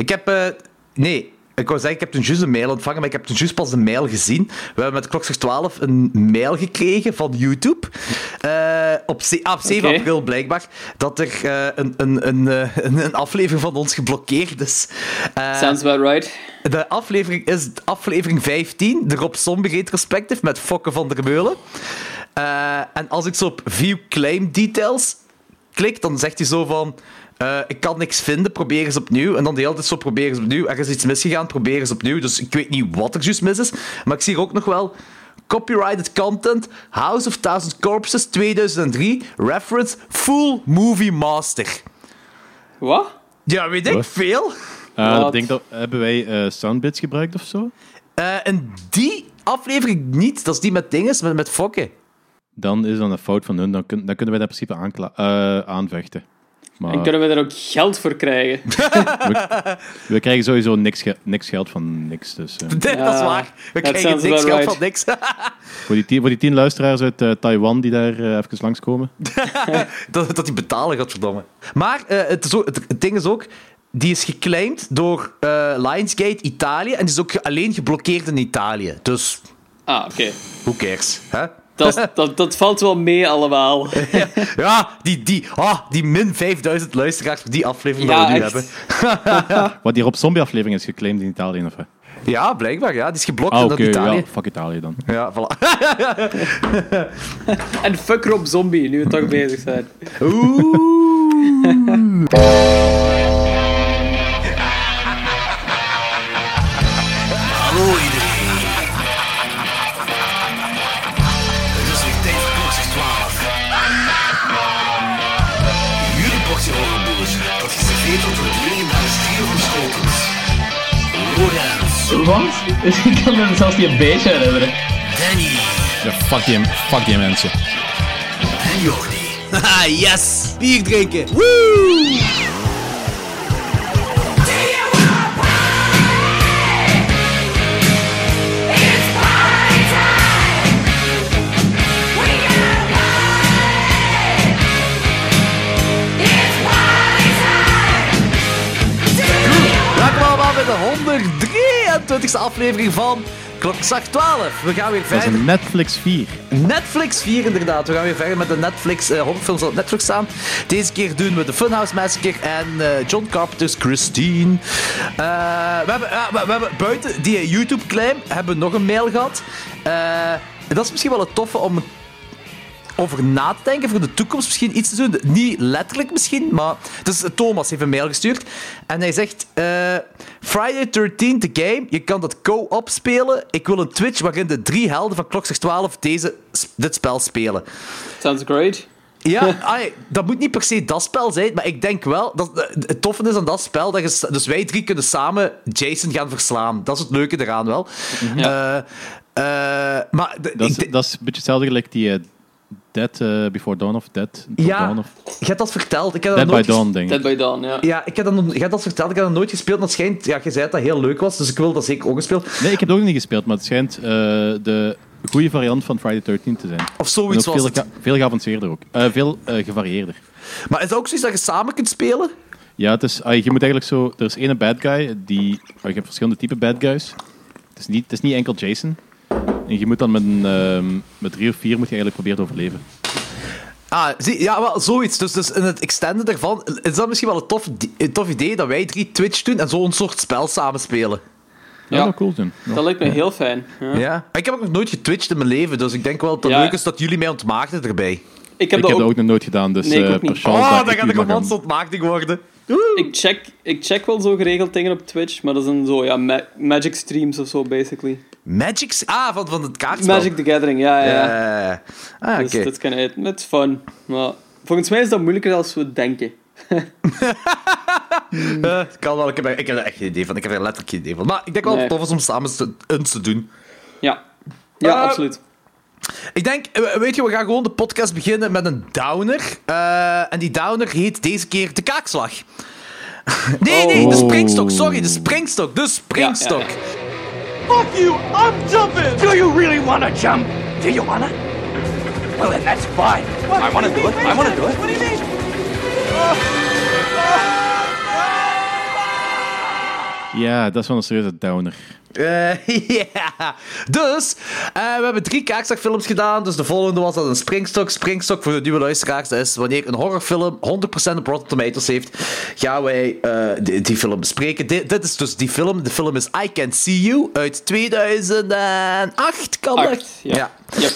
Ik heb... eh, nee, ik wou zeggen, ik heb toen juist een mail ontvangen, maar ik heb toen juist pas de mail gezien. We hebben met Klokslag 12 een mail gekregen van YouTube. eh, op ze- ah, op 7 Oké. april blijkbaar. Dat er eh, een, een, een, eh, een, een aflevering van ons geblokkeerd is. Eh, Sounds about right. de aflevering is aflevering 15, de Rob Zombie Retrospective met Fokke van der Meulen. Eh, en als ik zo op View Claim Details klik, dan zegt hij zo van... eh, ik kan niks vinden, probeer eens opnieuw. En dan de hele tijd zo, probeer eens opnieuw. Er is iets misgegaan, probeer eens opnieuw. Dus ik weet niet wat er juist mis is. Maar ik zie hier ook nog wel... Copyrighted content, House of Thousand Corpses 2003, reference, full movie master. Wat? Ja, weet ik Wat? veel. Eh, Wat? ik denk dat, hebben wij eh, soundbits gebruikt of zo? Eh, en die aflevering niet. Dat is die met dinges, met, met fokken. Dan is dat een fout van hun. Dan, kun- dan kunnen wij dat in principe aankla- eh, aanvechten. Maar En kunnen we daar ook geld voor krijgen? we krijgen sowieso niks, ge- niks geld van niks. Dus, eh. dat is waar. We that krijgen sounds niks geld about right. van niks. voor, die tien, voor die tien luisteraars uit eh, Taiwan die daar eh, even langskomen. dat, dat die betalen, godverdomme. Maar eh, het, is ook- het, het ding is ook... Die is geclaimd door eh, Lionsgate Italië. En die is ook ge- alleen geblokkeerd in Italië. Dus, Ah, oké. who cares? Hè? Dat, is- dat, dat valt wel mee allemaal. Ja, die, die, ah, die min 5000 luisteraars voor die aflevering Ja, dat we nu echt. hebben. Wat die Rob Zombie aflevering is geclaimd in Italië. Of, eh? Ja, blijkbaar. Ja. Die is geblokt ah, in oké. dat Italië. ja, fuck Italië dan. ja voilà. En fuck Rob Zombie, nu we toch bezig zijn. Hallo iedereen. Het is weer tijd voor klokslag 12. Jullie boxen horrorboers, dat geserveerd wordt door het legendarische stier van Schotens. Lorenz, Want? Ik kan me zelfs niet een beetje herinneren. Danny Ja, fuck, die, fuck die mensen. en Jordi. Haha, yes! Bier drinken! Woo! Welkom allemaal bij de 123e aflevering van Klokslag 12. We gaan weer Dat is verder. een Netflix 4. Netflix 4 inderdaad. We gaan weer verder met de Netflix eh, horrorfilms die op Netflix staan. Deze keer doen we The Funhouse Massacre en eh, John Carpenter's Christine. Eh, we, hebben, ja, we, we hebben buiten die YouTube claim hebben we nog een mail gehad. Eh, en dat is misschien wel het toffe om over na te denken voor de toekomst misschien iets te doen. Niet letterlijk misschien, maar... Dus Thomas heeft een mail gestuurd. En hij zegt... eh, Friday 13 the game. Je kan dat co-op spelen. Ik wil een Twitch waarin de drie helden van Klokslag 12 deze, dit spel spelen. Sounds great. Ja, ai, dat moet niet per se dat spel zijn, maar ik denk wel... Dat, eh, het toffe is aan dat spel, dat je, s- dus wij drie kunnen samen Jason gaan verslaan. Dat is het leuke eraan wel. Ja. Eh, eh, maar... de- Mhm. Dat is, ik de- dat is een beetje hetzelfde gelijk die eh, Dead eh, Before Dawn of Dead, Before ja, eh, Dawn of, je hebt dat verteld. Ik heb dat Dead by nooit ges- Dawn, denk Dead ik. by Dawn, ja. Ja, ik heb dat, nog- jij hebt dat verteld, ik heb dat nooit gespeeld. En dat schijnt, ja, je zei dat dat heel leuk was, dus ik wil dat zeker ook gespeeld. Nee, ik heb het ook niet gespeeld, maar het schijnt eh, de goede variant van Friday 13 te zijn. Of En ook zoiets was veel, het. ga- veel geavanceerder ook. Eh, veel eh, gevarieerder. Maar is dat ook zoiets dat je samen kunt spelen? Ja, het is, ah, je moet eigenlijk zo... Er is ene bad guy, die... ah, je hebt verschillende type bad guys. Het is, niet, het is niet enkel Jason. En je moet dan met, een, ehm, met drie of vier moet je eigenlijk proberen te overleven. Ah, zie, ja, wel, zoiets. Dus, dus in het extenden daarvan is dat misschien wel een tof, di- een tof idee dat wij drie Twitch doen en zo'n soort spel samen spelen. Ja. Ja. Dat zou cool zijn. Ja. Dat lijkt me heel fijn. Ja. Ja. Ik heb ook nog nooit getwitcht in mijn leven, dus ik denk wel dat het Ja. leuk is dat jullie mij ontmaakten erbij. Ik heb Ik dat heb dat ook... ook nog nooit gedaan, dus... Nee, ik eh, ook niet. per chance Oh, dan ik Oh, gaat u de mag gaan- romans ontmaakting worden. Ik check, ik check wel zo geregeld dingen op Twitch, maar dat zijn zo, ja, ma- magic streams of zo, basically. Magic... Ah, van, van het kaartspel. Magic the Gathering, ja, ja. ja. Eh, ah, Dus oké. dat kan uit. It's fun. Maar volgens mij is dat moeilijker dan we denken. Eh, het kan wel, ik heb, er, ik heb er echt geen idee van. Ik heb er letterlijk geen idee van. Maar ik denk wel dat het Nee. tof is om samen te- eens te doen. Ja. Ja, Eh, absoluut. Ik denk, eh, weet je, we gaan gewoon de podcast beginnen met een downer. Eh, en die downer heet deze keer de kaakslag. nee, nee, de Oh. springstok, sorry, de springstok, de springstok. Ja, ja, Fuck you! I'm jumping! Do you really wanna jump? Do you wanna? Well, then that's fine. I wanna do it. I wanna do it. What do you mean? Ja, dat is wel een serieuze downer. Eh, Ja. Dus, eh, we hebben drie kaakzakfilms gedaan. Dus de volgende was dat een springstok. Springstok voor de nieuwe luisteraars dat is wanneer een horrorfilm 100% op Rotten Tomatoes heeft, gaan wij eh, die, die film bespreken. Di- dit is dus die film. De film is I Can See You uit 2008, kan dat? Acht, ja. Yep.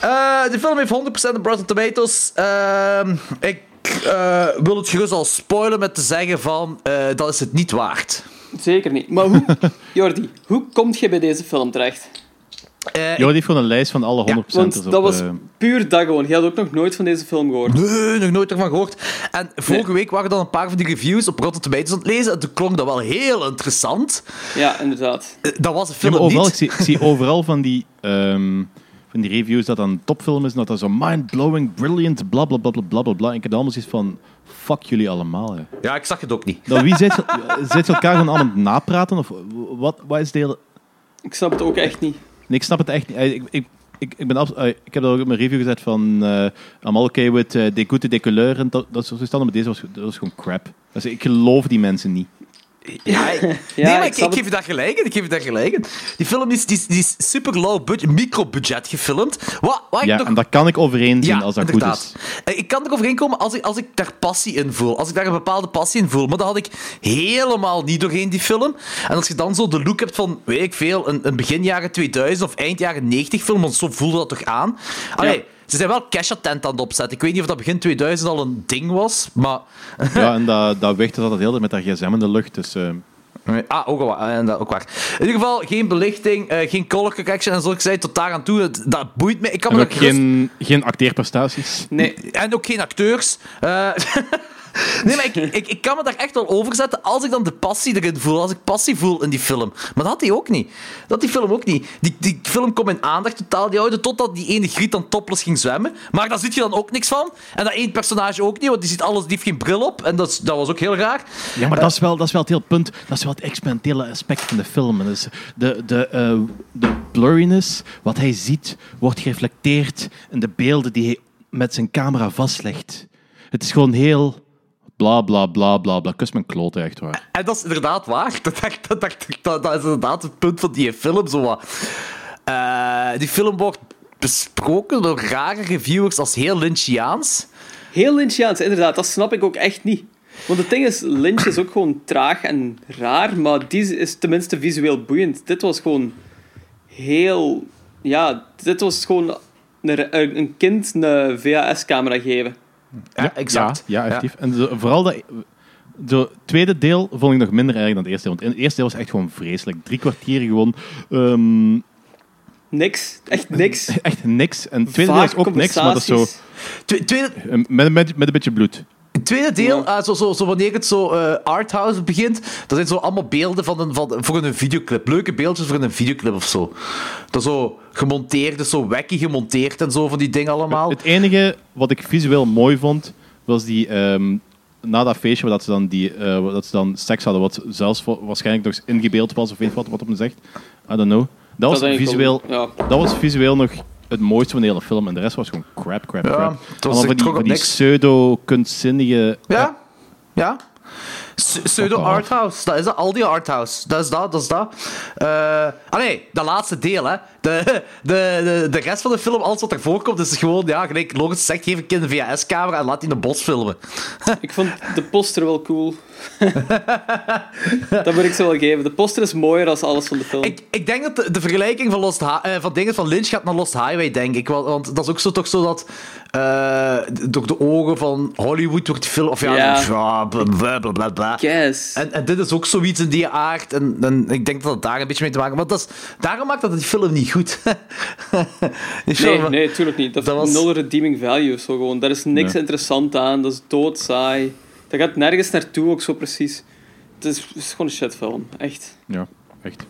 Eh, de film heeft 100% op Rotten Tomatoes. Ehm, ik eh, wil het gerust al spoilen met te zeggen van, eh, dat is het niet waard. Zeker niet. Maar hoe, Jordi, hoe kom je bij deze film terecht? Eh, Jordi heeft gewoon een lijst van alle 100% Want op, dat was eh, puur dat gewoon. Je had ook nog nooit van deze film gehoord. Nee, nog nooit ervan gehoord. En vorige week waren dan een paar van die reviews op Rotten Tomatoes aan het lezen. En toen klonk dat wel heel interessant. Ja, inderdaad. Eh, Dat was een Ja, film maar overal, ik, niet. zie, ik zie overal van die, ehm, van die reviews dat dan een topfilm is en dat dat zo mind-blowing, brilliant, bla bla bla bla bla bla. bla. En ik heb allemaal zoiets van, fuck jullie allemaal. Hè. Ja, ik zag het ook niet. Nou, wie zit, zit elkaar gewoon aan het napraten? Of wat, wat is de hele... Ik snap het ook echt niet. Nee, ik snap het echt niet. Eh, Ik, ik, ik, ik, ben abs- eh, ik heb daar ook in mijn review gezet van... eh I'm all okay with uh, de goede de couleur en dat, dat soort toestanden. Maar deze was, dat was gewoon crap. Dus ik geloof die mensen niet. Ja, ik- Ja, nee, maar ik ik, snap ik geef je daar gelijk in. Ik geef je daar gelijk in. Die film is, die, is- die is super low budget, micro-budget gefilmd. Wat, wat ik Ja, nog... en dat kan ik overeen zien ja, als dat inderdaad. goed is. Eh, Ik kan er overheen komen als ik, als ik daar passie in voel. Als ik daar een bepaalde passie in voel. Maar dat had ik helemaal niet doorheen die film. En als je dan zo de look hebt van, weet ik veel, een, een begin jaren 2000 of eind jaren 90 film, want zo voelde dat toch aan. Allee, Ja. ze zijn wel cash attent aan het opzetten. Ik weet niet of dat begin 2000 al een ding was, maar... Ja, en dat, dat wicht is altijd heel de met dat gsm in de lucht. Dus eh, Ah, ook, al wa- eh, dat ook waar. In ieder geval, geen belichting, eh, geen color correction. En zoals ik zei, tot daar aan toe, het- dat boeit me. Ik kan en me ook dat gerust- geen, geen acteerprestaties. Nee, En ook geen acteurs. Eh, nee, maar ik, ik, ik kan me daar echt wel over zetten als ik dan de passie erin voel. Als ik passie voel in die film. Maar dat had hij ook niet. Dat had die film ook niet. Die, die film kwam in aandacht totaal die oude. Totdat die ene griet dan topless ging zwemmen. Maar daar zit je dan ook niks van. En dat één personage ook niet. Want die ziet alles, die heeft geen bril op. En dat, is- dat was ook heel raar. Ja, maar dat is, wel, dat is wel het hele punt. Dat is wel het experimentele aspect van de film. En Dus de, de, eh, de blurriness, wat hij ziet, wordt gereflecteerd in de beelden die hij met zijn camera vastlegt. Het is gewoon heel bla bla bla bla bla. Kus mijn klote, echt waar. En dat is inderdaad waar. Dat, dat, dat, dat, dat, dat is inderdaad het punt van die film. Zo wat. Eh, die film wordt besproken door rare reviewers als heel Lynchiaans. heel Lynchiaans, inderdaad. Dat snap ik ook echt niet. Want het ding is, Lynch is ook gewoon traag en raar, maar die is tenminste visueel boeiend. Dit was gewoon heel... Ja, dit was gewoon een, een kind een VHS-camera geven. Ja, exact. Ja, ja effectief. En zo- vooral dat... Zo, het tweede deel vond ik nog minder erg dan het eerste deel. Want in het eerste deel was echt gewoon vreselijk. Drie kwartier gewoon... ehm, Niks. Echt niks. echt niks. En het tweede deel is Vaag ook niks, maar dat is zo... conversaties. Twe- tweede, eh, Met, met, met een beetje bloed. tweede deel, Ja. eh, zo, zo, zo wanneer het zo eh, arthouse begint, dat zijn zo allemaal beelden van een, van, voor een videoclip. Leuke beeldjes voor een videoclip of zo. Dat is zo gemonteerd, dus zo wacky gemonteerd en zo van die dingen allemaal. Het enige wat ik visueel mooi vond, was die... ehm, na dat feestje waar dat ze, dan die, eh, waar dat ze dan seks hadden, wat zelfs voor- waarschijnlijk nog eens ingebeeld was, of weet wat, wat op me zegt. I don't know. Dat was, denk ik wel- visueel, ja. dat was visueel nog het mooiste van de hele film. En de rest was gewoon crap, crap, Ja, crap. het was- Allemaal ik van die, trok van op die niks. pseudo-kunstzinnige... Ja? Ja? Pse- Pseudo Fuck off. arthouse, dat is dat. Al die arthouse, dat is dat, dat is dat. Eh, ah nee, dat laatste deel, hè. De, de, de, de rest van de film, alles wat ervoor komt, is gewoon, ja, gelijk Lorenz zegt, geef een kind een VHS-camera en laat die in een bos filmen. Ik vond de poster wel cool. dat moet ik ze wel geven. De poster is mooier dan alles van de film. Ik, ik denk dat de, de vergelijking van, Lost Hi- eh, van dingen van Lynch gaat naar Lost Highway, denk ik. Want, want dat is ook zo, toch zo dat eh, door de ogen van Hollywood wordt film... Of ja, Ja. ja, bla, bla, bla, bla, bla. Yes. En, en dit is ook zoiets in die aard. En, en ik denk dat het daar een beetje mee te maken heeft. Want dat is, daarom maakt dat die film niet goed. Die Nee, film- nee, tuurlijk niet. Dat, Dat was- was nul redeeming value. of Zo gewoon. Daar is niks Nee. interessant aan. Dat is doodsaai. Dat gaat nergens naartoe ook zo precies. Het is, het is gewoon een shitfilm. Echt. Ja, echt.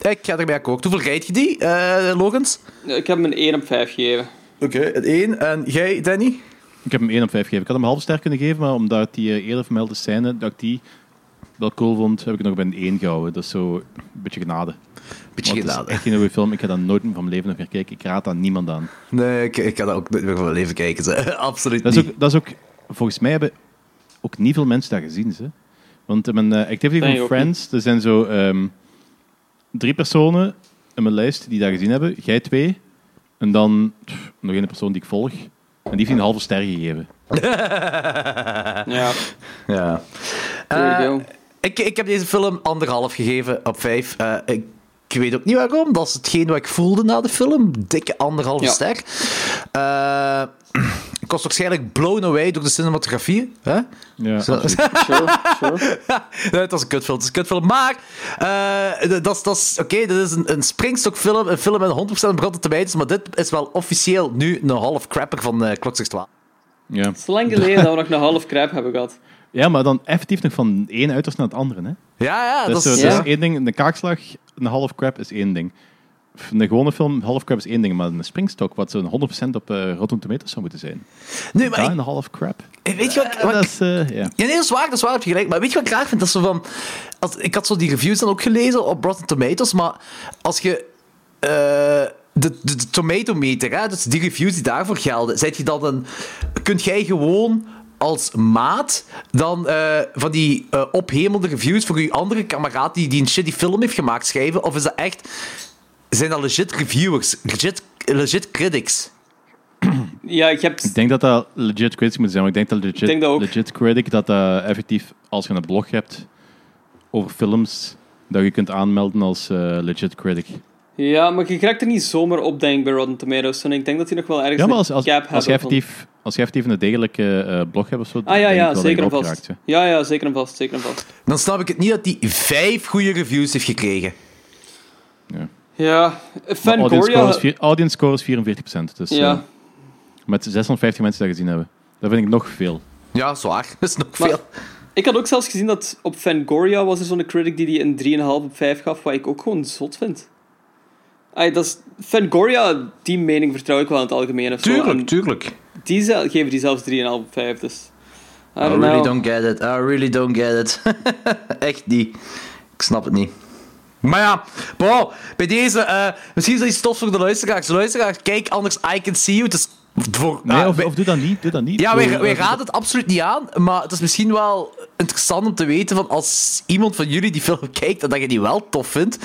Ik ga ermee akkoord. Hoeveel rijd je die, eh Logans? Ik heb hem een 1 op 5 gegeven. Oké, het één. En jij, Danny? Ik heb hem 1 op 5 gegeven. Ik had hem een halve ster kunnen geven, maar omdat die eh, eerder vermelde scène, dat ik die wel cool vond, heb ik het nog bij een 1 gehouden. Dat is zo een beetje genade. Beetje Want Het gedaan. is echt geen nieuwe film. Ik ga dat nooit in van mijn leven nog meer kijken. Ik raad dat niemand aan. Nee, ik, ik ga dat ook nooit meer van mijn leven kijken. ze. Absoluut Dat niet. is, ook, dat is ook... Volgens mij hebben ook niet veel mensen dat gezien. Ze. Want in mijn eh, activity Nee, van ook Friends, er zijn zo ehm, drie personen in mijn lijst die dat gezien hebben. Jij twee. En dan pff, nog één persoon die ik volg. En die heeft die een halve ster gegeven. Ah. Ja, Ja. Eh, there you go. Ik, ik heb deze film anderhalf gegeven op vijf. Eh, ik, ik weet ook niet waarom. Dat is hetgeen wat ik voelde na de film. Dikke anderhalve Ja. ster. Eh, ik was waarschijnlijk blown away door de cinematografie. Hè? Ja, Zo- absoluut. Sure, sure. Nee, het was een kutfilm. Het is een kutfilm. Maar, eh, d- dat is- dat is oké. Dit is een, een springstokfilm. Een film met 100% brand op de wijs. Maar dit is wel officieel nu een half crapper van eh Klokzicht 12. ja. Het is lang geleden dat we nog een half crap hebben gehad. ja, maar dan effectief nog van het ene uiterste naar het andere. Hè? Ja, ja. dat, is, Dus zo- ja. dat is één ding. Een kaakslag, een half crap is één ding. F- Een gewone film, half crap is één ding. Maar een springstok, wat zo'n 100% op eh Rotten Tomatoes zou moeten zijn. nu, maar Ja, ik- een half crap. ik, weet je wat, ik- wat Dat ik- is, eh, ja. Ja, nee, dat is waar, dat is waar, heb je gelijk. Maar weet je wat ik graag vind? Dat ze van... Als, ik had zo die reviews dan ook gelezen op Rotten Tomatoes, maar als je... eh, de, de, de tomatometer, hè, dus die reviews die daarvoor gelden, zet je dan een... Kunt jij gewoon als maat dan eh, van die eh, ophemelde reviews voor je andere kameraad die, die een shitty film heeft gemaakt schrijven? Of is dat echt... Zijn dat legit reviewers? Legit, legit critics? Ja, ik heb... Ik denk dat dat legit critic moet zijn, maar ik denk dat legit, Ik denk dat ook. legit critic dat dat effectief, als je een blog hebt over films, dat je kunt aanmelden als eh, legit critic. Ja, maar je raakt er niet zomaar op, denk ik, bij Rotten Tomatoes. En ik denk dat die nog wel ergens Ja, maar als, als, een cap als, je, hebben van- effectief, als je effectief een degelijke eh, blog hebt of zo, Ah ja, denk ik ja, wel dat je zeker en erop vast. geraakt, hè. Ja, ja, zeker en vast, zeker en vast. Dan snap ik het niet dat die vijf goede reviews heeft gekregen. Ja, Maar audience, Fangoria... score is vier- audience score is 44%, dus eh, Ja, met 650 mensen dat gezien hebben. Dat vind ik nog veel. Ja, zwaar. Dat is nog Maar- veel. ik had ook zelfs gezien dat op Fangoria was er zo'n critic die die een 3,5 op 5 gaf, wat ik ook gewoon zot vind. Ay, dat is, Fangoria, die mening vertrouw ik wel in het algemeen. Of zo. En tuurlijk. Die ze- geven die zelfs 3,5 op 5, dus... I I Oh, don't really know. don't get it. I really don't get it. Echt niet. Ik snap het niet. Maar ja, bro, bij deze, eh, misschien is dat iets tofs voor de luisteraars. Luisteraars, kijk anders, I can see you. Het is voor, Nee, ah, of, wij- of doe dat niet. Doe dat niet. ja, Doe- wij, wij eh, raden het absoluut niet aan, maar het is misschien wel interessant om te weten van als iemand van jullie die film kijkt en dat je die wel tof vindt,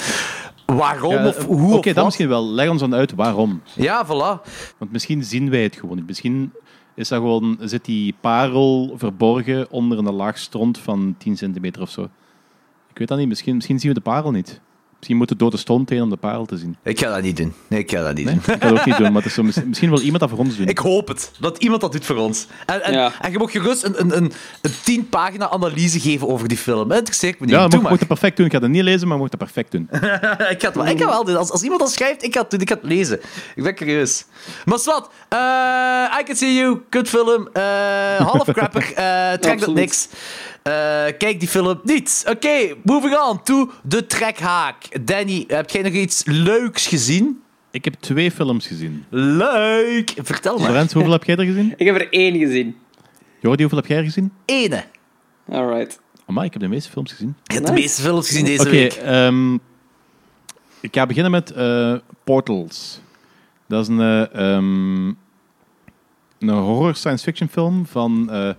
waarom ja, eh, of hoe Oké, of dat wat. misschien wel. Leg ons dan uit waarom. Ja, voilà. Want misschien zien wij het gewoon niet. Misschien is dat gewoon, zit die parel verborgen onder een laag stront van 10 centimeter of zo. Ik weet dat niet. Misschien, misschien zien we de parel niet. Misschien moet het door de stront heen om de parel te zien. Ik ga dat niet doen. Nee, ik ga dat niet doen. Ik kan dat ook niet doen, maar het is zo, mis- misschien wil iemand dat voor ons doen. Ik hoop het. Dat iemand dat doet voor ons. En, en, Ja. en je mag gerust een, een, een, een tien pagina analyse geven over die film. Het interesseert me niet. ja, Doe mocht, maar. mocht het perfect doen. Ik ga dat niet lezen, maar mocht het perfect doen. ik ga het wel, ik ga wel doen. Als, als iemand dat schrijft, ik ga het doen. Ik ga het lezen. Ik ben curieus. Maar Swat, eh, I Can See You, kut film. eh, half crapper, eh trek dat Absoluut. niks. Eh, kijk die film niet. Oké, moving on to de trekhaak. Danny, heb jij nog iets leuks gezien? Ik heb twee films gezien. Leuk! Vertel maar. Lorenz, hoeveel heb jij er gezien? Ik heb er één gezien. Jordi, hoeveel heb jij er gezien? Ene. Alright. Amai, ik heb de meeste films gezien. Je hebt de Nice. meeste films gezien deze Oké, week. ehm, ik ga beginnen met eh, Portals. Dat is een, eh, ehm, een horror science fiction film van eh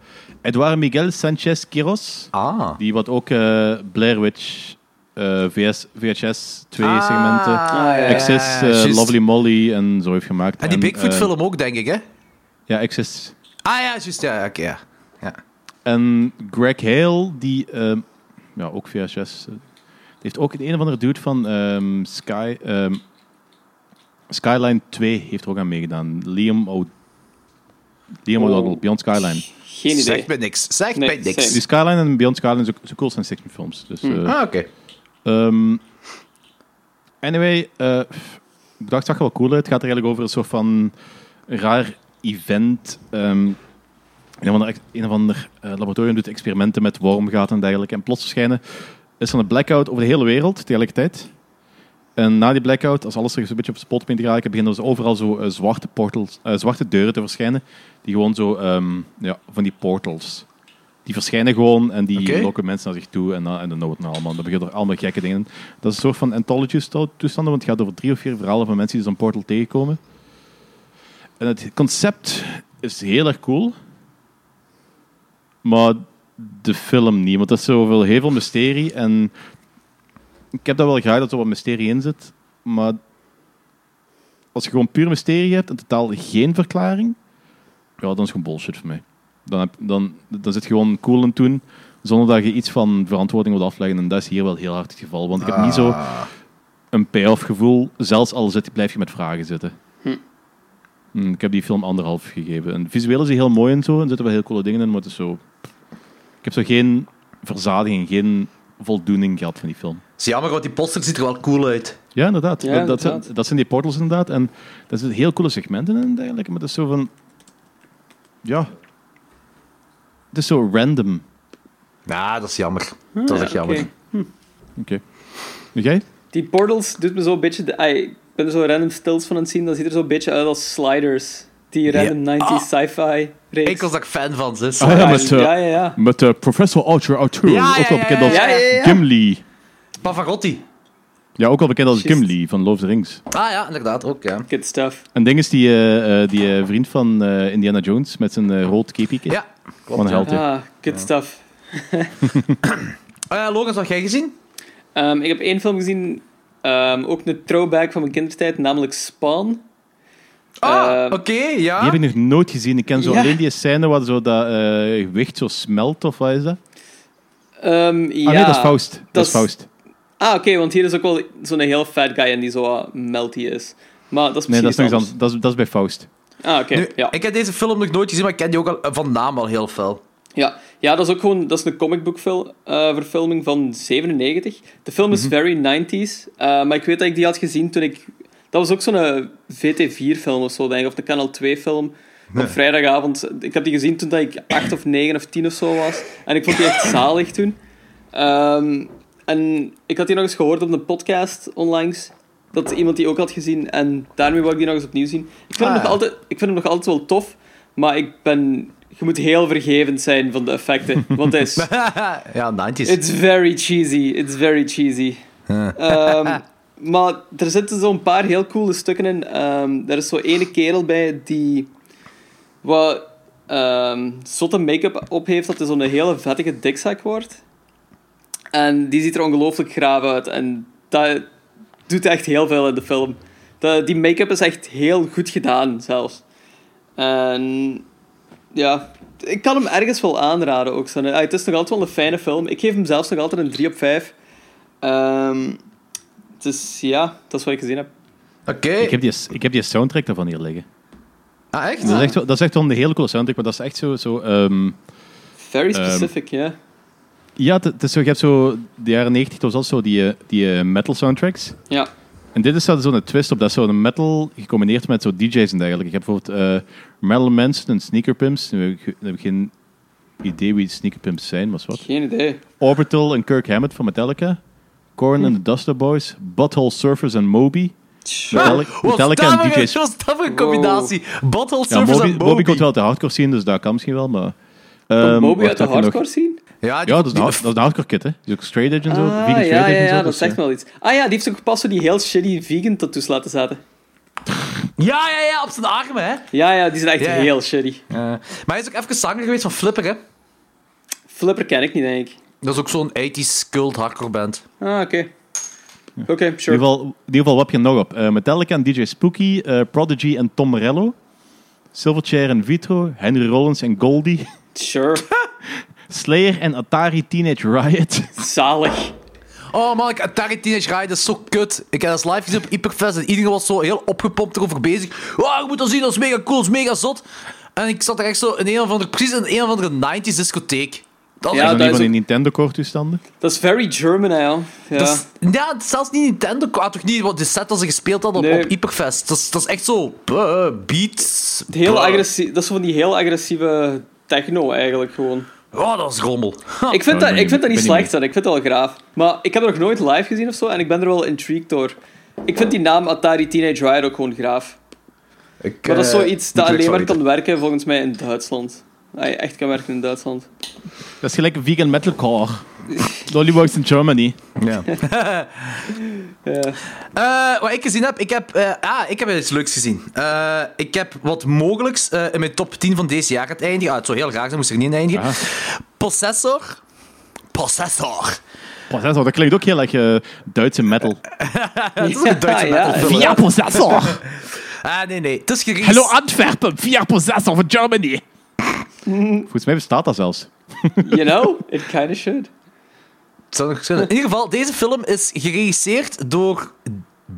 Eduardo Miguel Sanchez Quiroz. Ah. Die wat ook eh, Blair Witch, eh, VS, VHS, twee segmenten, Ah, ja, Access, ja, ja, eh, juist. Lovely Molly en zo heeft gemaakt. En die eh, Bigfoot-film ook, denk ik, hè? ja, Access. Ah ja, juist, ja, oké, ja. En Greg Hale, die ehm, ja, ook VHS. eh, die heeft ook een of andere dude van ehm, Sky, ehm, Skyline 2 heeft er ook aan meegedaan. Liam O. Liam Oh. O'Donnell, Beyond Skyline. Geen idee. Zegt mij niks, zegt Nee, mij niks. same. Die Skyline en Beyond Skyline zijn ook zo cool zijn section films. Dus, eh, Ah, oké. ehm, anyway, eh, pff, ik dacht, zag er wel cool uit. Het gaat er eigenlijk over een soort van raar event. ehm een of ander, een of ander eh, laboratorium doet experimenten met wormgaten en dergelijke. En plots verschijnen is er een blackout over de hele wereld tegelijkertijd. En na die blackout, als alles er een beetje op spot begint te raken, beginnen er dus overal zo eh, zwarte, portals, eh, zwarte deuren te verschijnen. Die gewoon zo, ehm, ja, van die portals. Die verschijnen gewoon en die Oké. lokken mensen naar zich toe en, dan- en dan nood nou allemaal. Dan beginnen er allemaal gekke dingen. Dat is een soort van anthology-toestanden, want het gaat over drie of vier verhalen van mensen die zo'n portal tegenkomen. En het concept is heel erg cool. Maar de film niet. Want dat is zoveel, heel veel mysterie. En ik heb dat wel graag dat er wat mysterie in zit. Maar als je gewoon puur mysterie hebt en totaal geen verklaring, ja, dan is het gewoon bullshit voor mij. Dan, heb, dan, dan zit je gewoon cool in toen, zonder dat je iets van verantwoording moet afleggen. En dat is hier wel heel hard het geval. Want ik heb niet zo een payoff gevoel, zelfs al zit, blijf je met vragen zitten. Mm, Ik heb die film anderhalf gegeven. En visueel is die heel mooi en zo. En er zitten wel heel coole dingen in, maar het is zo... Ik heb zo geen verzadiging, geen voldoening gehad van die film. Het is jammer, want die poster ziet er wel cool uit. Ja, inderdaad. Ja, Dat- dat, inderdaad. Zijn, dat zijn die portals inderdaad. En daar zitten heel coole segmenten in, eigenlijk. Maar dat is zo van... Ja. Het is zo random. Nou, dat is jammer. Dat is echt Ja, oké. jammer. Oké. En Jij? Die portals doet me zo'n beetje... de- ai, ik ben er zo random stils van aan het zien. Dat ziet er zo'n beetje uit als Sliders. Die random 90s sci-fi reeks. Ik was daar fan van, zus. Ah, ja, Ja, met, eh, ja, ja, ja. Met eh, professor Arthur Arturo. Ja, ja, ook wel ja, bekend als ja, ja, ja. Gimli. Pavarotti. Ja, ook wel bekend als Juist. Gimli van Lord of the Rings. Ah ja, inderdaad, ook, ja. Good stuff. En ding is die, eh, eh, die eh, vriend van eh, Indiana Jones met zijn eh, rood kepieke. Ja, Wat een klopt. held, hè. Ah, good stuff. Eh Logan, wat jij gezien? Ehm, ik heb één film gezien, ehm, ook een throwback van mijn kindertijd, namelijk Spawn. Ah, Eh, oké, ja. Die heb ik nog nooit gezien. Ik ken zo Ja. alleen die scène waar zo dat eh, gewicht zo smelt, of wat is dat? Ehm, ja. Ah nee, dat is Faust. Dat, dat is is- Faust. Ah, oké, want hier is ook wel zo'n heel fat guy en die zo wat melty is. Maar dat is misschien Nee, dat is, nog iets eens anders. anders. Dat, is, dat is bij Faust. Ah, oké, Nu, ja. Ik heb deze film nog nooit gezien, maar ik ken die ook al, eh, van naam al heel veel. ja. Ja, dat is ook gewoon dat is een comicbook-verfilming van 97. De film is very 90s, eh, maar ik weet dat ik die had gezien toen ik... Dat was ook zo'n eh, VT4-film of zo, denk ik, of een Kanaal 2-film. Op vrijdagavond. Ik heb die gezien toen dat ik 8 of 9 of 10 of zo was. En ik vond die echt zalig toen. Ehm, en ik had die nog eens gehoord op een podcast onlangs. Dat iemand die ook had gezien. En daarmee wou ik die nog eens opnieuw zien. Ik vind, hem, nog altijd, ik vind hem nog altijd wel tof. Maar ik ben... Je moet heel vergevend zijn van de effecten. Want hij is... ja, 90s. It's very cheesy. It's very cheesy. Ehm, maar er zitten zo'n paar heel coole stukken in. Ehm er is zo'n ene kerel bij die wat ehm, zotte make-up op heeft dat hij zo'n hele vettige dikzak wordt. En die ziet er ongelooflijk graaf uit. En dat doet echt heel veel in de film. Dat- die make-up is echt heel goed gedaan zelfs. En ja, ik kan hem ergens wel aanraden ook. Zo. Ah, het is nog altijd wel een fijne film. Ik geef hem zelfs nog altijd een 3 op 5. Ehm dus ja, dat is wat ik gezien heb. Oké. Ik heb, die, ik heb die soundtrack daarvan hier liggen. Ah, echt? Dat, is echt, wel- dat is echt wel een hele coole soundtrack, maar dat is echt zo... zo ehm, Very specific, ja. ja, het- het is zo, je hebt zo... De jaren 90 was altijd zo die, eh, die eh, metal soundtracks. Ja, En dit is zo- zo'n twist op dat is zo'n metal gecombineerd met zo DJ's en dergelijke. Ik heb bijvoorbeeld eh Marilyn Manson en Sneaker Pimps. Nu heb ik, nu heb ik geen idee wie Sneaker Pimps zijn, maar is wat. geen idee. Orbital en Kirk Hammett van Metallica. Korn Hm. en de Duster Boys. Butthole Surfers en Moby. Metallica, Metallica en DJ's. was dat voor een combinatie? Bottle Ja, Surfers Moby, en Moby Moby. komt wel uit de hardcore scene, dus dat kan misschien wel, maar... ehm, Komt Moby wacht, uit de heb je nog- hardcore scene? Ja, die- Ja, dat is, een, die- hard- dat is een hardcore kit, hè. Die is ook straight edge en zo. Ah, vegan ja, straight ja, edge en zo. ja, dat dus, zegt eh, wel iets. Ah ja, die heeft ook pas zo die heel shitty vegan tattoos laten zetten. ja, ja, ja, op zijn armen, hè. Ja, ja, die zijn echt Ja, ja. heel shitty. Maar hij is ook even zanger geweest van Flipper, hè. Flipper ken ik niet, denk ik. Dat is ook zo'n 80s cult hardcore band. Ah, oké. Oké, In sure. ieder geval, in ieder geval wat heb je nog op? Eh, Metallica en DJ Spooky, eh, Prodigy en Tom Morello, Silverchair en Vitro, Henry Rollins en Goldie, Sure. Slayer en Atari Teenage Riot. Zalig. Oh man, ik, Atari Teenage Riot is zo kut. Ik heb dat live gezien op Hyperfest en iedereen was zo heel opgepompt erover bezig. Wow, je moet dat zien, dat is mega cool, dat is mega zot. En ik zat er echt zo in een of andere, precies in een of andere 90s discotheek. Dat was Ja, Ja, dat die Ah, is van die ook- Nintendo-korttoestanden. Dat is very German, hè, joh. Ja. Dat is- ja, het is zelfs niet Nintendo. Ah, toch niet, want de set dat ze gespeeld hadden op- Nee. op Hyperfest. Dat is, dat is echt zo... buh, beats... Heel buh. agressie- dat is zo van die heel agressieve techno eigenlijk gewoon. Oh, dat is rommel. Ha. Ik vind, ben dat, niet- ik vind dat ben niet niet slecht, hè. ik vind dat wel graaf. Maar ik heb dat nog nooit live gezien of zo en ik ben er wel intrigued door. Ik vind die naam Atari Teenage Riot ook gewoon graaf. Ik, Maar dat is eh, zoiets moet dat er alleen maar iets aan kan werken volgens mij in Duitsland. Ah, je echt kan werken in Duitsland. Dat is gelijk vegan metalcore. Lollywogs in Germany. Ja. Ja. Eh, wat ik gezien heb, ik heb, eh, ah, ik heb iets leuks gezien. Eh, ik heb wat mogelijks eh, in mijn top 10 van deze jaar het eindigen. Ah, het zou heel graag zijn, moest er niet in eindigen. Ah. Possessor. Possessor. Possessor, dat klinkt ook heel erg eh, Duitse metal. Dat is ook een Duitse Ah, Ja, metal ja. film, hè? Possessor! Ah, nee, nee. Het is gereleased- Hallo Antwerpen, via Possessor van Germany! Volgens mij bestaat dat zelfs. You know, it kind of should. Het zou nog kunnen. In ieder geval, deze film is geregisseerd door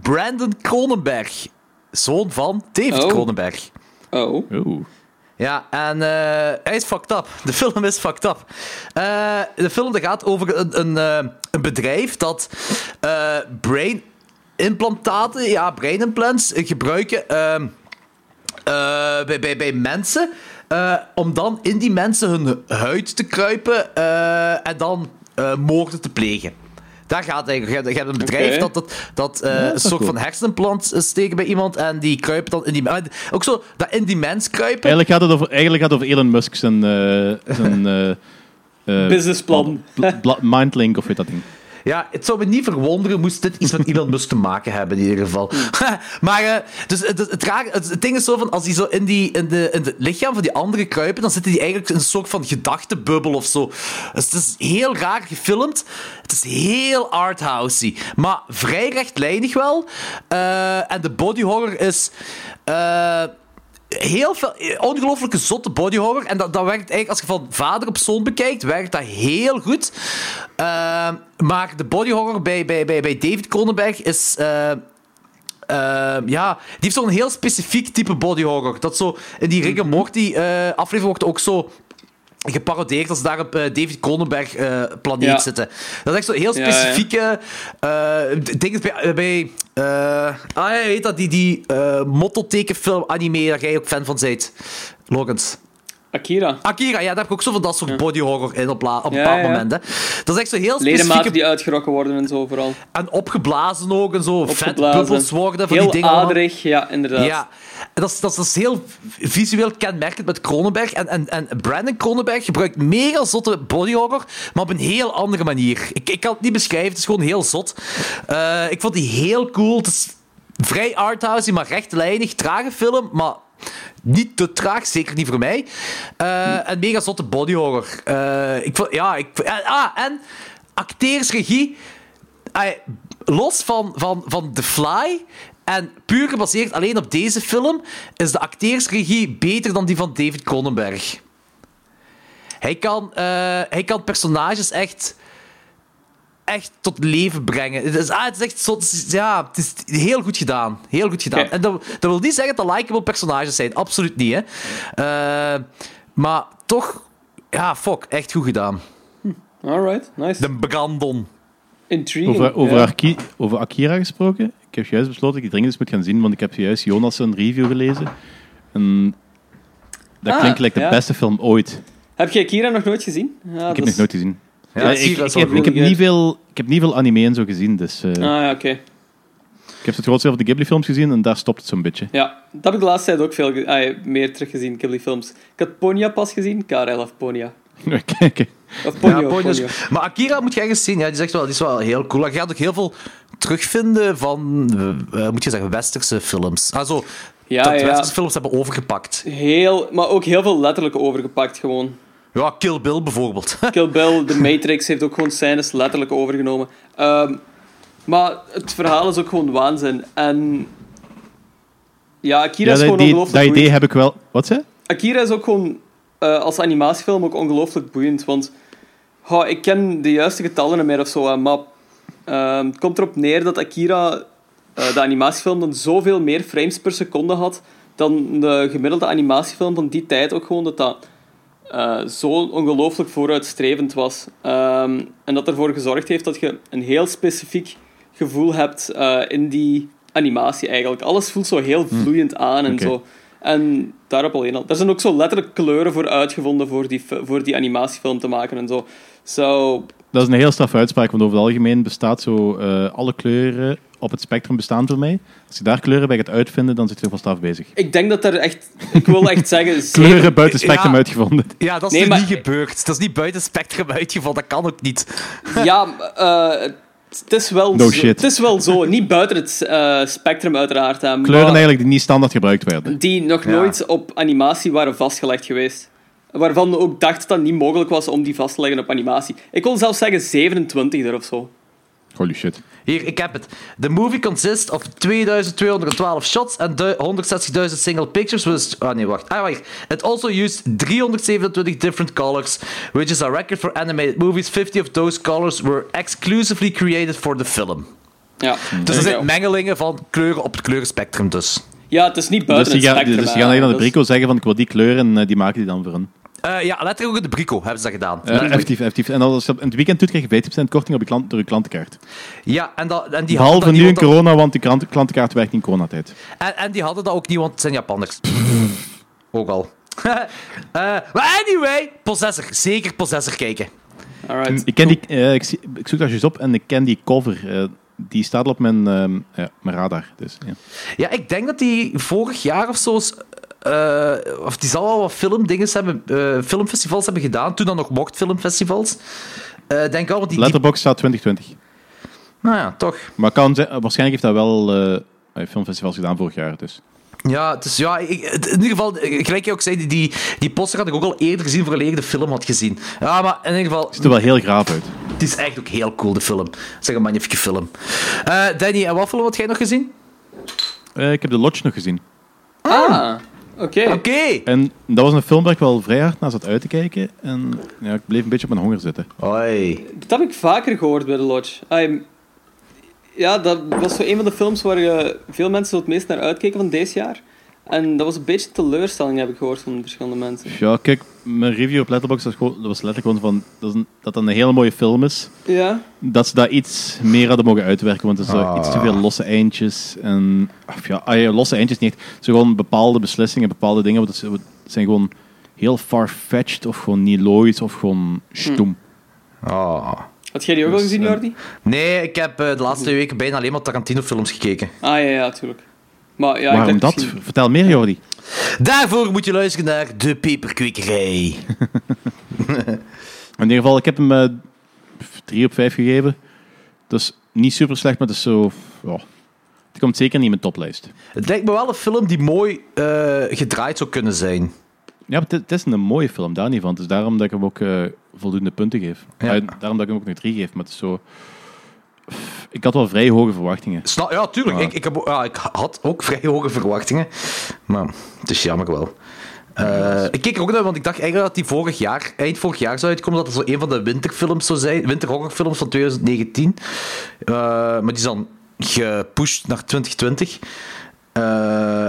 Brandon Cronenberg. Zoon van David Oh. Cronenberg. Oh. Oeh. Ja, en eh, hij is fucked up. De film is fucked up. Eh, de film die gaat over een, een, eh, een bedrijf dat eh, brain implantaten, ja, brain implants, eh, gebruiken ehm, eh, bij, bij, bij mensen. eh, om dan in die mensen hun huid te kruipen eh, en dan eh, moorden te plegen. Daar gaat het eigenlijk. Je hebt- Je hebt een bedrijf Oké. dat, dat, dat eh, dat een is soort cool. van hersenplant eh, steken bij iemand en die kruipen dan in die mens. Ook zo, dat in die mens kruipen. Eigenlijk gaat het over, eigenlijk gaat het over Elon Musk zijn... eh, zijn eh, eh, Businessplan. bla- bla- Mindlink of weet dat ding. Ja, het zou me niet verwonderen moest dit iets met Elon Musk te maken hebben, in ieder geval. maar eh, dus, het, het, rare- het- het ding is zo van, als die zo in, die, in, de, in het lichaam van die andere kruipen, dan zitten die eigenlijk in een soort van gedachtebubbel of zo. Dus het is heel raar gefilmd. Het is heel arthousey, maar vrij rechtlijnig wel. Eh, en de body horror is... eh, heel veel, ongelooflijke zotte body horror. En dat, dat werkt eigenlijk, als je van vader op zoon bekijkt, werkt dat heel goed. Ehm, maar de body horror bij, bij, bij, bij David Cronenberg is. eh, ehm, ja, die heeft zo'n heel specifiek type body horror. Dat zo in die Rick and Morty eh, aflevering wordt ook zo geparodeerd als ze daar op eh, David Cronenberg eh, planeet Ja. zitten. Dat is echt zo heel Ja, ja. specifieke eh, d- dingen bij... bij eh, ah, ja, weet dat, die, die eh mottotekenfilm anime, daar jij ook fan van bent. Logans. Akira. Akira, ja, daar heb ik ook zo van dat soort body horror in op, la- op een Ja, bepaald ja. moment. Hè. Dat is echt zo heel specifieke... Ledematen die uitgerokken worden en zo vooral. En opgeblazen ook, en zo vet Opgeblazen. bubbels worden van Heel die dingen. allemaal. aderig, ja, inderdaad. Ja, en dat is, dat, is, dat is heel visueel kenmerkend met Cronenberg. En, en, en Brandon Cronenberg gebruikt mega zotte body horror, maar op een heel andere manier. Ik, ik kan het niet beschrijven, het is gewoon heel zot. Eh, ik vond die heel cool. Het is vrij arthousey, maar rechtlijnig. Trage film, maar niet te traag, zeker niet voor mij. Eh, en mega zotte body horror. Eh, ik vond, ja, ik, en- ah, en acteersregie. Ai, los van, van, van The Fly en puur gebaseerd alleen op deze film, is de acteersregie beter dan die van David Cronenberg. Hij kan, eh, hij kan personages echt, echt tot leven brengen. Het is, ah, het is echt zo, het is- ja, het is heel goed gedaan. Heel goed gedaan. Oké. En dat, dat wil niet zeggen dat likable personages zijn. Absoluut niet. Hè. Eh, maar toch, ja, fuck, echt goed gedaan. Alright, nice. De Brandon. Intriguing. Over, over, ja. Aki- over Akira gesproken. Ik heb juist besloten dat ik die dringend moet gaan zien, want ik heb juist Jonas een review gelezen. En dat Ah, klinkt gelijk de ja. beste film ooit. Heb je Akira nog nooit gezien? Ja, Ik heb nog nooit gezien. Ja, ik, Akira ik, is wel heb, ik, goed. heb niet veel, ik heb niet veel anime en zo gezien, dus eh, Ah ja, oké. ik heb het grootste deel van de Ghibli-films gezien en daar stopt het zo'n beetje. Ja, dat heb ik de laatste tijd ook veel ge- ah, meer teruggezien, ik heb die films. Ik had Ponya pas gezien. KRL of Ponya. Kijk, Of Ponyo, Ja, Ponyo is- Ponyo. Maar Akira moet je ergens zien. Ja, die, is echt wel, die is wel heel cool. En Je gaat ook heel veel terugvinden van, eh, eh, moet je zeggen, westerse films. Ah, zo, Ja, dat ja. westerse films hebben overgepakt. Heel, maar ook heel veel letterlijk overgepakt gewoon. Ja, Kill Bill bijvoorbeeld. Kill Bill, The Matrix heeft ook gewoon scènes letterlijk overgenomen. Ehm, maar het verhaal is ook gewoon waanzin. En ja, Akira ja, is dat, gewoon idee- dat ongelooflijk boeiend. idee heb ik wel. Wat zei? Akira is ook gewoon eh, als animatiefilm ook ongelooflijk boeiend. Want goh, ik ken de juiste getallen niet meer of zo, hè, maar ehm, het komt erop neer dat Akira, eh, de animatiefilm, dan zoveel meer frames per seconde had dan de gemiddelde animatiefilm van die tijd ook gewoon. Dat dat eh, zo ongelooflijk vooruitstrevend was. Ehm, en dat ervoor gezorgd heeft dat je een heel specifiek gevoel hebt eh, in die animatie eigenlijk. Alles voelt zo heel vloeiend aan en Oké. zo. En daarop alleen al. Er zijn ook zo letterlijk kleuren voor uitgevonden voor die, fi- voor die animatiefilm te maken en zo. zou Dat is een heel straffe uitspraak, want over het algemeen bestaat zo eh, alle kleuren op het spectrum bestaan voor mij. Als je daar kleuren bij gaat uitvinden, dan zit je vast af bezig. Ik denk dat er echt... Ik wil echt zeggen... zeven- Kleuren buiten spectrum Ja. uitgevonden. Ja, dat is Nee, nu maar- niet gebeurd. Dat is niet buiten spectrum uitgevallen. Dat kan ook niet. Ja, eh, het is wel No zo. shit. Het is wel zo. Niet buiten het eh, spectrum uiteraard. Hè, Kleuren maar eigenlijk die niet standaard gebruikt werden. die nog Ja. nooit op animatie waren vastgelegd geweest. Waarvan we ook dachten dat het niet mogelijk was om die vast te leggen op animatie. Ik wil zelfs zeggen 27 er of zo. Holy shit. Hier, ik heb het. The movie consists of 2212 shots en du- 160.000 single pictures. Which, oh nee, wacht. Ah, wacht. It also used 327 different colors, which is a record for animated movies. 50 of those colors were exclusively created for the film. Ja. Dus er Ja. zijn mengelingen van kleuren op het kleurenspectrum dus. Ja, het is niet Dus buiten die, het gaan, dus spectrum. die hè. gaan eigenlijk aan de Dus- Brico zeggen van ik wil die kleuren en eh, die maken die dan voor hen. Eh, ja, letterlijk ook in de Brico hebben ze dat gedaan. Eh, Letterlijk. effectief, effectief. En als je dat in het weekend doet, krijg je 15% korting op je klant, door je klantenkaart. Ja, en, dat, en die hadden Behalve dat nu in niet, want corona, want die klant- klantenkaart werkt in coronatijd. dat- en, en die hadden dat ook niet, want het zijn Japanners. ook al. Eh, maar anyway, Possessor. Zeker Possessor kijken. Alright. Ik, ken die, eh, ik, zie- ik zoek dat eens op en ik ken die cover. eh, die staat al op mijn, ehm, ja, mijn radar. Dus, ja. Ja, ik denk dat die vorig jaar of zo. is, eh, of die zal al wat filmdinges hebben, eh, filmfestivals hebben gedaan. Toen dat nog mocht, filmfestivals. Eh denk al, want die, die. Letterboxd staat 2020. Nou ja, toch. Maar kan, zijn- waarschijnlijk heeft dat wel eh, bij filmfestivals gedaan vorig jaar. Dus. Ja, dus ja, ik- het- in ieder geval, eh, gelijk je ook zei, die, die, die poster had ik ook al eerder gezien voor ik de film had gezien. Ja, maar in ieder geval, Ziet er wel heel graaf uit. het is echt ook heel cool, de film. Het is echt een magnifieke film. Eh, Danny, en wat film had jij nog gezien? Eh, ik heb The Lodge nog gezien. Ah, oké. Oké. En dat was een film waar ik wel vrij hard naar zat uit te kijken. En ja, ik bleef een beetje op mijn honger zitten. Hoi. Dat heb ik vaker gehoord bij The Lodge. Ehm, ja, dat was zo een van de films waar eh, veel mensen zo het meest naar uitkeken van deze jaar. En dat was een beetje teleurstelling, heb ik gehoord van verschillende mensen. Ja, kijk, mijn review op Letterboxd was, gewoon- dat was letterlijk gewoon van dat, is een, dat dat een hele mooie film is. Ja, Dat ze daar iets meer hadden mogen uitwerken, want er zijn iets te veel losse eindjes. En, of ja, ah ja, losse eindjes niet. echt. Ze gewoon bepaalde beslissingen, bepaalde dingen. Want het is- het zijn gewoon heel far-fetched of gewoon niet logisch of gewoon Hmm. stoem. Oh. had jij die ook al gezien, Jordi? Nee, ik heb eh, de laatste twee weken bijna alleen maar Tarantino-films gekeken. Ah ja, ja, tuurlijk. Maar ja, Waarom ik dat? dacht misschien- Vertel meer, Jordi. Daarvoor moet je luisteren naar De Peperkwekerij. In ieder geval, ik heb hem eh, f- drie op vijf gegeven. Dus niet super slecht, maar het is zo. ja. Het komt zeker niet in mijn toplijst. Het lijkt me wel een film die mooi eh, gedraaid zou kunnen zijn. Ja, maar het- het is een mooie film, daar niet van. Dus daarom dat ik hem ook eh, voldoende punten geef. Ja. Eh, daarom dat ik hem ook een drie geef. Maar het is zo... Ik had wel vrij hoge verwachtingen. Sna- ja, tuurlijk. Ja. Ik, ik, heb, ja, ik had ook vrij hoge verwachtingen. Maar het is jammer wel. Eh, ik keek er ook naar, want ik dacht eigenlijk dat die vorig jaar, eind vorig jaar zou uitkomen, dat het zo een van de winterfilms zou zijn, winterhorrorfilms van 2019. Eh, maar die is dan gepusht naar 2020. Eh,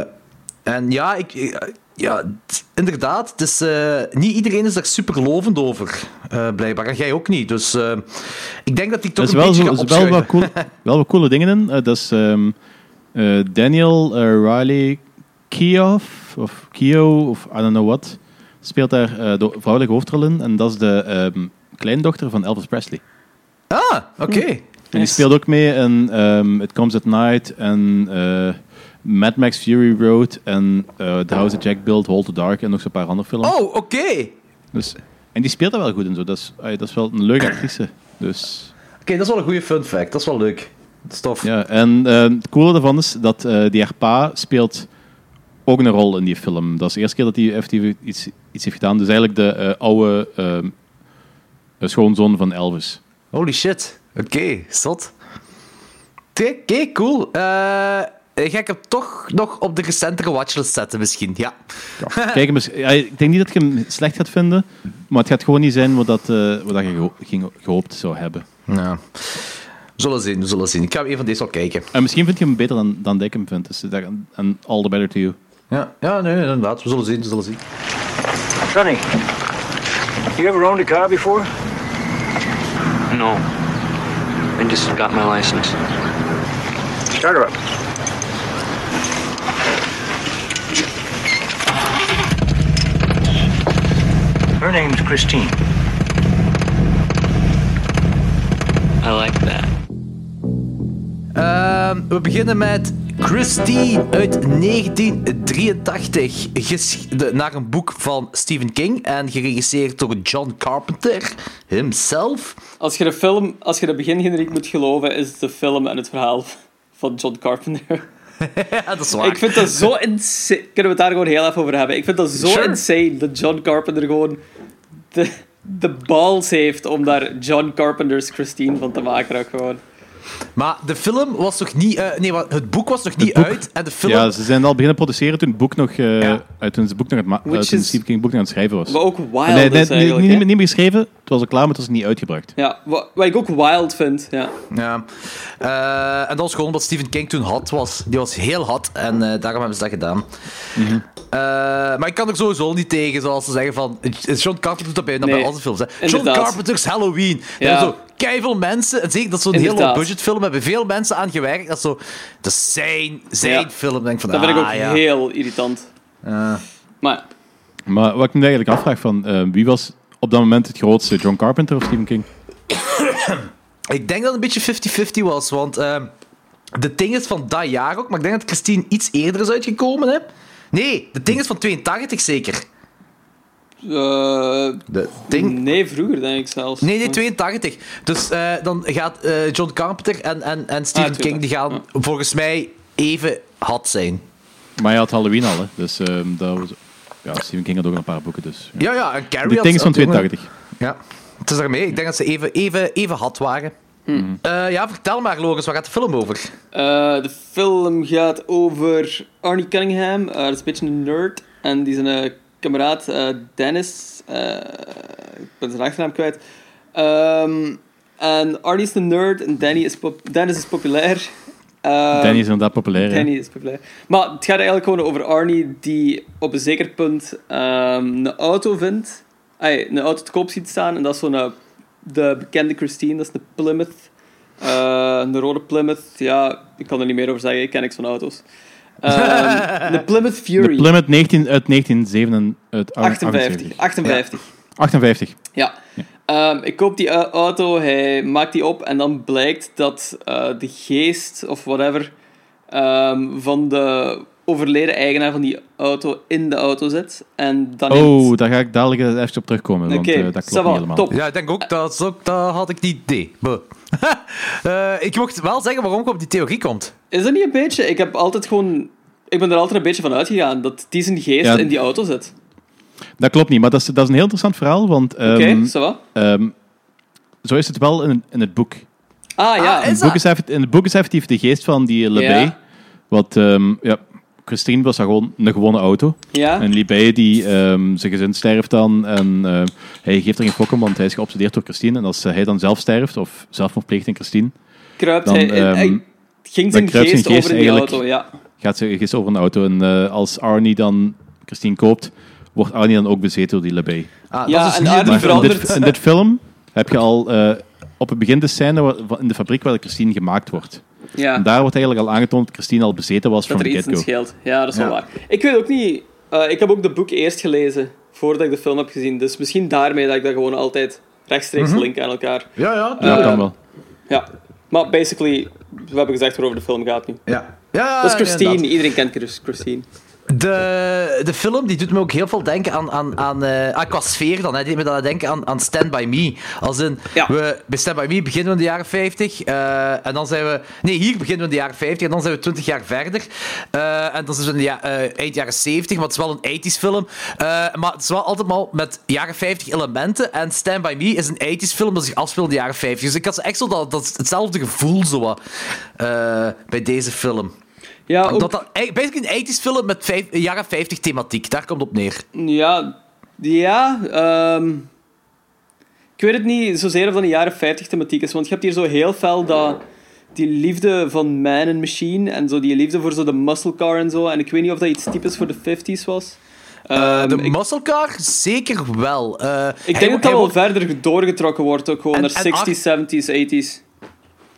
en ja, ik, ik- ja, t- inderdaad, het is, eh, niet iedereen is daar super lovend over, eh, blijkbaar. En jij ook niet. Dus eh, ik denk dat die Er toch is een wel, beetje zo, gaat er is wel, opschuiven. wat cool, wel wat coole dingen in. Eh, dat is ehm, eh, Daniel eh, Riley Keough, of Keo, of I don't know what, speelt daar eh, de vrouwelijke hoofdrol in. En dat is de ehm, kleindochter van Elvis Presley. Ah, oké. En die speelt ook mee in ehm, It Comes at Night en eh, Mad Max Fury Road en eh, The House that Jack Built, Hold the Dark en nog zo'n paar andere films. Oh, oké. Dus, en die speelt daar wel goed in. Zo. Dat, is, ah, dat is wel een leuke actrice. Dus, Oké, dat is wel een goede fun fact. Dat is wel leuk. Dat is tof. ja. En ehm, het coole daarvan is dat eh, die haar pa speelt ook een rol in die film. Dat is de eerste keer dat hij effectief iets, iets heeft gedaan. Dus eigenlijk de eh, oude ehm, schoonzoon van Elvis. Holy shit. Oké, zot. Oké, oké, cool. Eh, ga ik hem toch nog op de recentere watchlist zetten misschien. Ja. Kijk hem eens. Ja, ik denk niet dat je hem slecht gaat vinden, maar het gaat gewoon niet zijn wat, dat, eh, wat dat je geho- ging- gehoopt zou hebben. ja. We zullen zien, we zullen zien. Ik ga hem een van deze wel kijken. En misschien vind je hem beter dan, dan dat ik hem vind. Dus dat, and all the better to you. Ja, ja nee, inderdaad. We zullen zien, we zullen zien. Sonny, you ever owned a car before? No. I just got my license. Start her up. Her name's Christine. I like that. Ehm, we beginnen met Christine uit 1983, ges- de- naar een boek van Stephen King en geregisseerd door John Carpenter himself. Als je de film, als je de begingeneriek moet geloven, is de film en het verhaal van John Carpenter. Ja, dat is waar. Ik vind dat zo insane. Kunnen we het daar gewoon heel even over hebben? Ik vind dat zo Sure. insane dat John Carpenter gewoon de, de balls heeft om daar John Carpenter's Christine van te maken. Ook gewoon. Maar de film was nog niet... eh, nee, wa- het boek was nog niet boek- uit en de film... Ja, ze zijn al beginnen produceren toen het boek nog, eh Ja. uit toen het boek nog aan het, ma- Which eh, toen is- Stephen King boek nog aan het schrijven was. Maar ook wild nee, nee, is nee, eigenlijk. niet, hè? meer- niet meer geschreven. Het was al klaar, maar het was niet uitgebracht. Ja, wa- wat, ik ook wild vind. Ja. Ja. Eh, en dat was gewoon wat Stephen King toen hot was. Die was heel hot en eh, daarom hebben ze dat gedaan. Mhm. Eh, maar ik kan er sowieso niet tegen, zoals ze zeggen van... John Carpenter doet dat bij, dat bij Nee, al zijn films. Hè. John inderdaad. Carpenter's Halloween. Ja. Ja. Zo, keiveel mensen, en zeker dat is zo'n heel Inderdaad. low budget film, hebben veel mensen aan gewerkt. Dat is, zo, dat is zijn, zijn Ja. film. Dan Denk ik van, Dat vind ik ah, ook ja. Ah. heel irritant. Maar Maar wat ik me eigenlijk afvraag, van, eh, wie was op dat moment het grootste? John Carpenter of Stephen King? Ik denk dat het een beetje 50-50 was, want ehm, de ding is van dat jaar ook, maar ik denk dat Christine iets eerder is uitgekomen, hè? Nee, de ding is van 82 zeker. eh, De ding... Nee, vroeger denk ik zelfs. Nee, nee, 82. Dus eh, dan gaat eh, John Carpenter en, en, en Stephen Ah, tuurlijk. King, die gaan Ja. volgens mij even hot zijn. Maar hij had Halloween al, hè. Dus ehm, dat was... Ja, Stephen King had ook nog een paar boeken, dus... Ja. Ja, ja, en Carrie Die had- King is van had ook nog- 82. Ja, het is daarmee. Ik denk dat ze even, even, even hot waren. Hmm. Eh, ja, vertel maar, Loris, waar gaat de film over? Eh, de film gaat over Arnie Cunningham, eh, dat is een beetje een nerd. En die zijn eh, kameraad eh, Dennis, eh, ik ben zijn achternaam kwijt. Ehm, en Arnie is een nerd en Danny is pop- Dennis is populair. Ehm, Danny is inderdaad populair, hè. Danny is populair. Maar het gaat eigenlijk gewoon over Arnie die op een zeker punt ehm, een auto vindt. Ay, een auto te koop ziet staan. En dat is zo'n eh, de bekende Christine, dat is een Plymouth. Eh, een rode Plymouth. Ja, ik kan er niet meer over zeggen. Ik ken niks van auto's. Ehm de Plymouth De Fury. Plymouth Ah, 19, uit 1957... Uit 58. 58. 58. 58. Ja. Ehm, ik koop die eh, auto, hij maakt die op en dan blijkt dat eh, de geest of whatever ehm, van de overleden eigenaar van die auto in de auto zit. En dan Oh, daar ga ik dadelijk even op terugkomen, want Ah, Oké, eh, dat ça va, klopt niet helemaal. top. Ja, ik denk ook, dat, is ook, dat had ik niet idee. Buh. Eh, ik mocht wel zeggen waarom ik op die theorie komt. Is dat niet een beetje? Ik heb altijd gewoon... Ik ben er altijd een beetje van uitgegaan dat die zijn geest Ja. in die auto zit. Dat klopt niet, maar dat is, dat is een heel interessant verhaal, want... ehm, Oké, ça va? ehm, zo is het wel in, in het boek. Ah, ja. Ah, is- In het boek is effect- in het boek is effectief de geest van die eh, Lebey. Ja. Wat, ehm, ja, Christine was daar gewoon een gewone auto. ja. En Libé, die ehm, zijn gezin sterft dan. En eh, hij geeft er geen fok om, want hij is geobsedeerd door Christine. En als eh, hij dan zelf sterft, of zelfmoord pleegt in Christine, Kruipt dan, hij... in- ehm, hij ging zijn kruipt geest, zijn geest over in die eigenlijk- auto, ja. gaat ze gisteren over een auto. En eh, als Arnie dan Christine koopt, wordt Arnie dan ook bezeten door die Libé. Ah, Ja, dat is en niet in de Arnie film. Maar in verandert- dit, in dit film heb je al eh, op het begin de scène wa- van- in de fabriek waar de Christine gemaakt wordt. ja. En daar wordt eigenlijk al aangetoond dat Christine al bezeten was Ah. Dat van er de iets in get-go. scheelt. Ja, dat is Ja. wel waar. Ik weet ook niet... eh, ik heb ook de boek eerst gelezen, voordat ik de film heb gezien. Dus misschien daarmee dat ik dat gewoon altijd rechtstreeks Mhm. link aan elkaar. Ja, ja. Ja, Eh, kan wel. Ja. Maar basically, we hebben gezegd waarover de film gaat nu. Ja. ja Dat is Dus Christine. inderdaad. Iedereen kent Chris- Christine. De, de film die doet me ook heel veel denken aan, aan, aan eh, ah, qua sfeer dan. Hè. Die deed me dan denken aan, aan Stand By Me. Als in, Ja. we, bij Stand By Me beginnen we in de jaren 50. eh, en dan zijn we... Nee, hier beginnen we in de jaren 50. En dan zijn we 20 jaar verder. Eh, en dan zijn we in de ja, eh, eind jaren 70. Maar het is wel een 80s film. Eh, maar het is wel altijd maar met jaren 50 elementen. En Stand By Me is een 80s film dat zich afspeelt in de jaren 50. Dus ik had zo echt zo dat, dat hetzelfde gevoel zo, wat, eh, bij deze film. Ja, Ah, ook, Dat dat, eigenlijk- basically een 80s film met vijf- eh, jaren 50 thematiek. Daar komt het op neer. ja, ja ehm, ik weet het niet zozeer of dat een jaren 50 thematiek is, want je hebt hier zo heel fel dat, die liefde van man en machine en zo die liefde voor zo de muscle car en zo. En ik weet niet of dat iets typisch voor de 50s was. Eh, Ehm, de ik- muscle car, zeker wel. Eh, Ik hij wo- denk dat dat hij wel wo- verder doorgetrokken wordt, ook gewoon En- naar en 60s, 70s, 80s.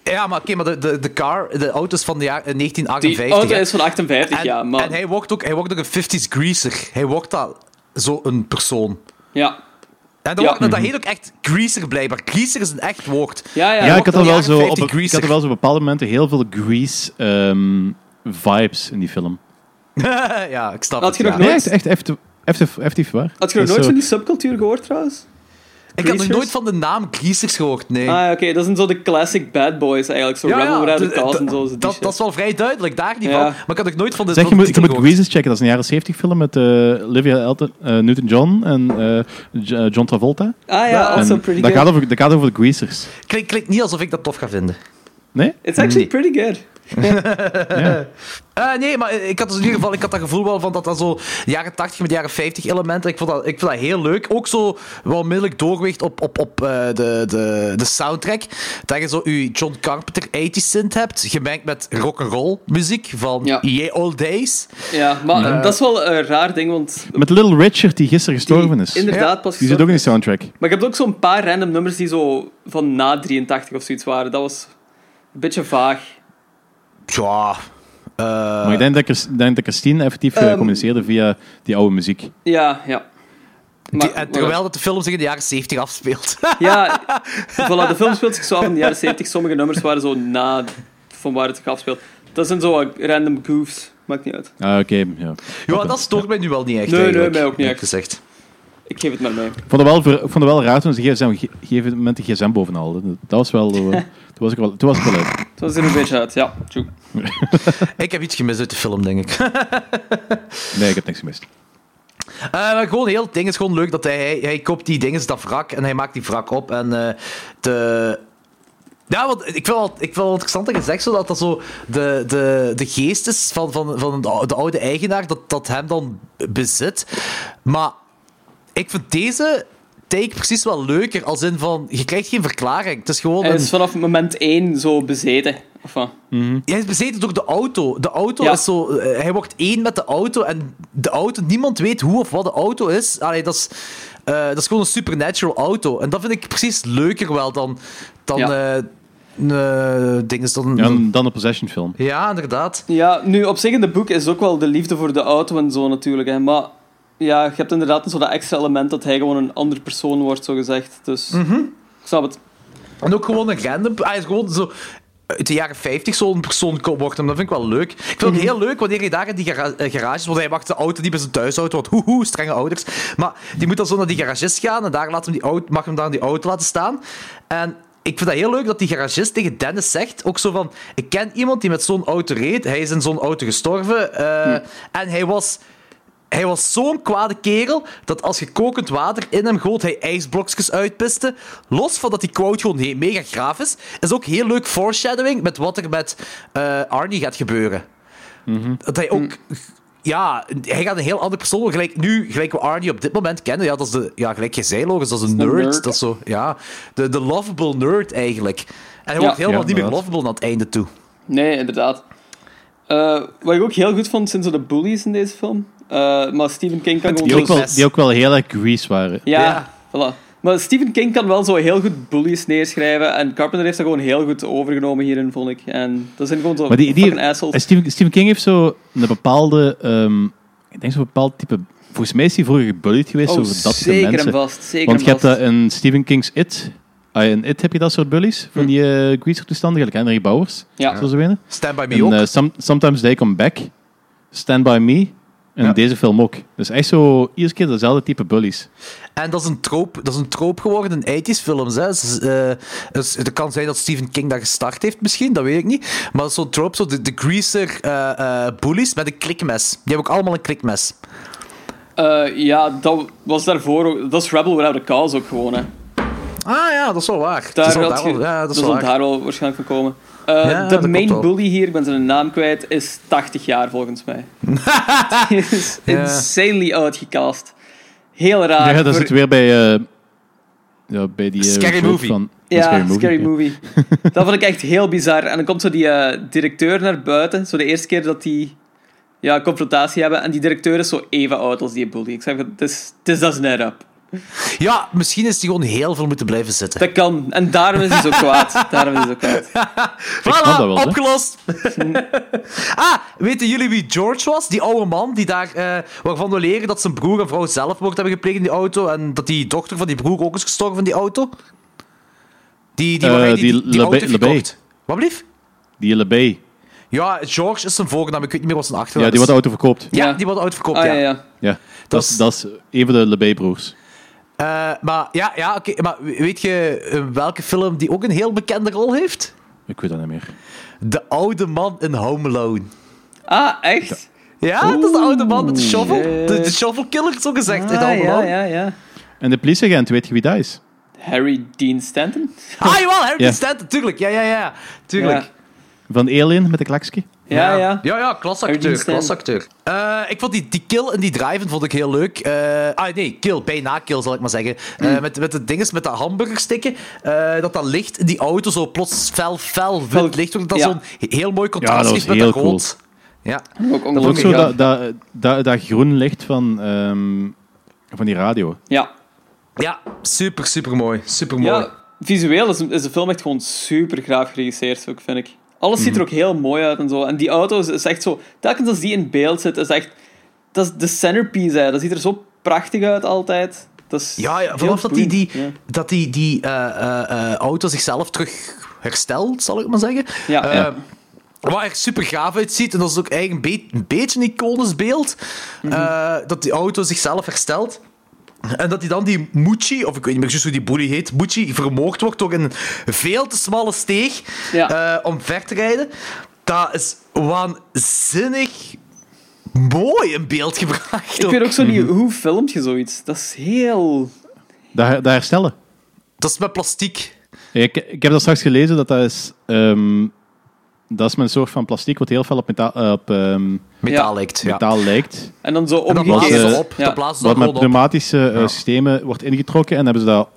Ja, maar, oké, maar de, de, de car, de auto's van de jaar, eh, Die 1958. auto hè. is van 58, en, ja, maar... en hij wordt ook, hij wordt ook een 50s greaser. Hij wordt dat, zo'n persoon. Ja. En dan Ja. ook- dat Mhm. heet ook echt greaser blijkbaar. Greaser is een echt woord. Ja, ja. Ja, ik had, er wel jaren zo op, 50 ik had greaser. er wel zo op bepaalde momenten heel veel Grease-vibes in die film. ja, ik snap Had het. je nog ja. Nee, Nooit? echt, echt, echt, echt, echt, echt waar. Ah, Had je nog nooit Dat is van zo- die subcultuur gehoord, trouwens? ik had nog greasers? nooit van de naam greasers gehoord, nee. Ah, oké, dat zijn zo de classic bad boys eigenlijk. Zo Rebel Radicals en zo. zo die dat, shit. dat is wel vrij duidelijk, daar niet Ja. van. Maar ik had nog nooit van de Zeg, je van de moet, je titel moet gehoord. Greases checken. Dat is een jaren 70 film met eh Olivia Elton, eh, Newton-John en eh, J- eh, John Travolta. Ah ja, En also en pretty dat, good. gaat over, dat gaat over de Greasers. Klinkt, klinkt niet alsof ik dat tof ga vinden. Nee? It's actually pretty good. Ja. Eh, nee, maar ik had dus in ieder geval ik had dat gevoel wel van dat dat zo jaren 80 met jaren 50 elementen. Ik vond dat, ik vond dat heel leuk. Ook zo wel onmiddellijk doorgewicht op, op, op eh, de, de, de soundtrack. Dat je zo je John Carpenter 80 synth hebt, gemengd met rock'n'roll muziek van Ja. Yeah Old Days. Ja, maar eh, dat is wel een raar ding, want... Met Little Richard, die gisteren die gestorven is. Die Inderdaad, pas zit ook in gestorven die is. soundtrack. Maar je hebt ook zo'n paar random nummers die zo van na 83 of zoiets waren. Dat was een beetje vaag. Ja. eh, Maar ik denk dat, Chris- ik denk dat Christine effectief ehm, eh, communiceerde via die oude muziek. Ja, ja. Maar, die- en terwijl dat de film zich in de jaren 70 afspeelt. Ja, voilà, de film speelt zich zo af in de jaren 70. Sommige nummers waren zo na van waar het zich afspeelt. Dat zijn zo wat random goofs. Maakt niet uit. Ah, oké. ja. ja, dat stoort mij nu wel niet echt. Nee, nee, eigenlijk, mij ook niet eerlijk echt. Gezegd. Ik geef het maar mee. Ik vond het wel, ver- ik vond het wel raar toen ze gsm, ge- gegeven moment de gsm bovenal. Dat dat was wel... eh, toen, was ik wel toen was ik wel uit. Het was er een beetje uit, ja. tjoe. Ik heb iets gemist uit de film, denk ik. Nee, ik heb niks gemist. Eh, maar gewoon heel het ding is gewoon leuk dat hij, hij, hij koopt die dingen, dat wrak, en hij maakt die wrak op. En eh, de... Ja, want ik vind wel, ik vind wel interessant dat je zegt zo dat dat zo de, de, de geest is van, van, van de ou- de oude eigenaar, dat, dat hem dan bezit. Maar ik vind deze take precies wel leuker, als in van, je krijgt geen verklaring. Het is gewoon Hij een... is vanaf moment 1 zo bezeten. Of wat? Hij is bezeten door de auto. De auto Ja. is zo... eh, hij wordt één met de auto en de auto... Niemand weet hoe of wat de auto is. Allee, dat is, eh, dat is gewoon een supernatural auto. En dat vind ik precies leuker wel dan... Dan... Ja. eh, eh, ding is dan... Ja, en dan een Possession film. Ja, inderdaad. Ja, nu op zich in de boek is ook wel de liefde voor de auto en zo natuurlijk. Hè, maar ja, je hebt inderdaad zo dat extra element dat hij gewoon een ander persoon wordt, zo gezegd. Dus ik snap het. En ook gewoon een random... ah, Hij is gewoon zo... Uit de jaren 50 zo'n persoon ko- wordt hem. Dat vind ik wel leuk. Ik vind het heel leuk wanneer je daar in die gara- eh, garages... Want hij wacht de auto niet bij zijn thuisauto. Want hoehoe, strenge ouders. Maar die moet dan zo naar die garagist gaan. En daar laat hem die auto, mag hem daar in die auto laten staan. En ik vind dat heel leuk dat die garagist tegen Dennis zegt... Ook zo van... Ik ken iemand die met zo'n auto reed. Hij is in zo'n auto gestorven. eh, En hij was... Hij was zo'n kwade kerel dat als je kokend water in hem gooit, hij ijsblokjes uitpiste. Los van dat die quote gewoon he- mega graaf is, is ook heel leuk foreshadowing met wat er met eh, Arnie gaat gebeuren. Dat hij ook. Ja, hij gaat een heel ander persoon worden. Gelijk nu, gelijk we Arnie op dit moment kennen. Ja, dat is de, ja gelijk je zei, Logan, dat is een Een nerd. nerd. Dat is zo, ja. De, de lovable nerd eigenlijk. En hij Ja. wordt helemaal Ja, niet meer inderdaad. lovable aan het einde toe. Nee, inderdaad. Eh, wat ik ook heel goed vond, zijn zo de bullies in deze film. Eh, maar Stephen King kan Die gewoon ook, zo... wel, die ook wel heel erg Grease waren. Ja, Ja. voilà. Maar Stephen King kan wel zo heel goed bullies neerschrijven. En Carpenter heeft dat gewoon heel goed overgenomen hierin, vond ik. En dat zijn gewoon zo Maar die, die, fucking assholes. eh, Stephen, Stephen King heeft zo een bepaalde... ehm, ik denk zo'n bepaald type... Volgens mij is hij vroeger gebullied geweest Oh, over dat soort zeker en mensen. vast. Zeker Want en je hebt vast. dat in Stephen King's It. Ah, in It heb je dat soort bullies. Van die eh Greaser-toestanden. Gelijk Henry Bowers. Hm. Ja. Zo ze weten. Stand by me En ook. eh, Som- Sometimes They Come Back, Stand By Me en Ja. deze film ook. Dus echt zo, iedere keer dezelfde type bullies. En dat is een troop, dat is een troop geworden in 80s films. Hè. Dus, eh, dus het kan zijn dat Stephen King dat gestart heeft, misschien, dat weet ik niet. Maar dat is zo'n troop, zo de, de greaser eh, eh, bullies met een klikmes. Die hebben ook allemaal een klikmes. Eh, ja, dat was daarvoor ook... Dat is Rebel Without a Cause ook gewoon, hè. Ah ja, dat is wel waar. Dat Daar is wel had daar je- wel- ja, dat is zal wel waar. daar wel waarschijnlijk van komen. Eh, dat de klopt main wel. bully hier, ik ben zijn naam kwijt, is 80 jaar volgens mij. Die is Ja. insanely uitgecast. Heel raar. ja, Ah, dat voor- zit weer bij, eh, ja, bij die... eh, Scary joke Movie. Van, van Ja, Scary Movie. ja. dat vond ik echt heel bizar. En dan komt zo die eh, directeur naar buiten, zo de eerste keer dat die ja, confrontatie hebben. En die directeur is zo even oud als die bully. Ik zeg, van, this, this doesn't add up. Ja, misschien is die gewoon heel veel moeten blijven zitten. Dat kan. En daarom is hij zo kwaad. Daarom is hij zo kwaad. Voilà, snap dat wel, hè. opgelost. ah, weten jullie wie George was? Die oude man die daar, eh, waarvan we leren dat zijn broer en vrouw zelfmoord hebben gepleegd in die auto en dat die dochter van die broer ook is gestorven van die auto? Die, die, Eh, waar hij die Lebe- auto heeft Lebe. gekocht. Wat blief? Die LB. Ja, George is zijn voornaam. Ik weet niet meer wat zijn achternaam Ja, is. die wat de auto verkoopt. Ja, Ja. die wordt uitverkoopt, Ah, ja. ja, ja. Ja. Dat Dat, is- is, dat is een van de LB-broers. Eh, maar ja, ja oké. maar weet je eh, welke film die ook een heel bekende rol heeft? Ik weet dat niet meer. De oude man in Home Alone. Ah, echt? Ja, dat is de oude man met de shovel. De, de shovel killer, zo gezegd, in Ah, Home ja, Alone. ja, ja. En de politieagent, weet je wie dat is? Harry Dean Stanton? Ah, jawel, Harry Ja. Stanton, tuurlijk. Ja, ja, ja. Tuurlijk. Van Alien met de klakski? Ja, ja. ja. ja. Ja, ja, Harry klasacteur, Dean klasacteur. Eh, ik vond die, die kill en die drive vond ik heel leuk. Eh, ah, nee, kill, bijna kill, zal ik maar zeggen. Eh, Hmm. met, met de dinges, met dat hamburgerstikken. eh, dat dat licht in die auto zo plots fel, fel wit licht wordt. Dat ja. zo'n heel mooi contrast dat was heeft met heel dat rood. Ja. Ook Ook ongelooflijk. zo Ja. dat, dat, dat, dat groen licht van, ehm, van die radio. ja. ja, super, super mooi. Super mooi. ja. Visueel is, is de film echt gewoon super graaf geregisseerd, ook, vind ik. Alles Mhm. ziet er ook heel mooi uit en zo. En die auto is, is echt zo... Telkens als die in beeld zit, is echt... Dat is de centerpiece, hè. Dat ziet er zo prachtig uit altijd. Dat is Ja, ja heel vanaf dat die, die, boeiend. Ja. dat die, die eh, eh, eh, auto zichzelf terug herstelt, zal ik maar zeggen. Ja. Eh, Ja. Wat echt super gaaf uitziet, en dat is ook eigenlijk een, be- een beetje een iconisch beeld, Mhm. eh, dat die auto zichzelf herstelt. En dat hij dan die Mucci, of ik weet niet meer juist hoe die bully heet, Mucci, vermoord wordt door een veel te smalle steeg Ja. eh, om ver te rijden. Dat is waanzinnig mooi in beeld gebracht. Ik ook. weet ook zo Mhm. niet, hoe filmt je zoiets? Dat is heel... Dat, her- dat herstellen. Dat is met plastiek. Ik, ik heb dat straks gelezen, dat dat is... ehm, dat is met een soort van plastiek wat heel veel op, metaal, eh, op ehm, Metaal Ja. lijkt. Ja. metaal lijkt. En dan zo En dat blazen omgekeerd. ze eh, op. ja. Dat blazen ze Wat dan met gewoon op. pneumatische eh, systemen wordt ingetrokken en hebben ze dat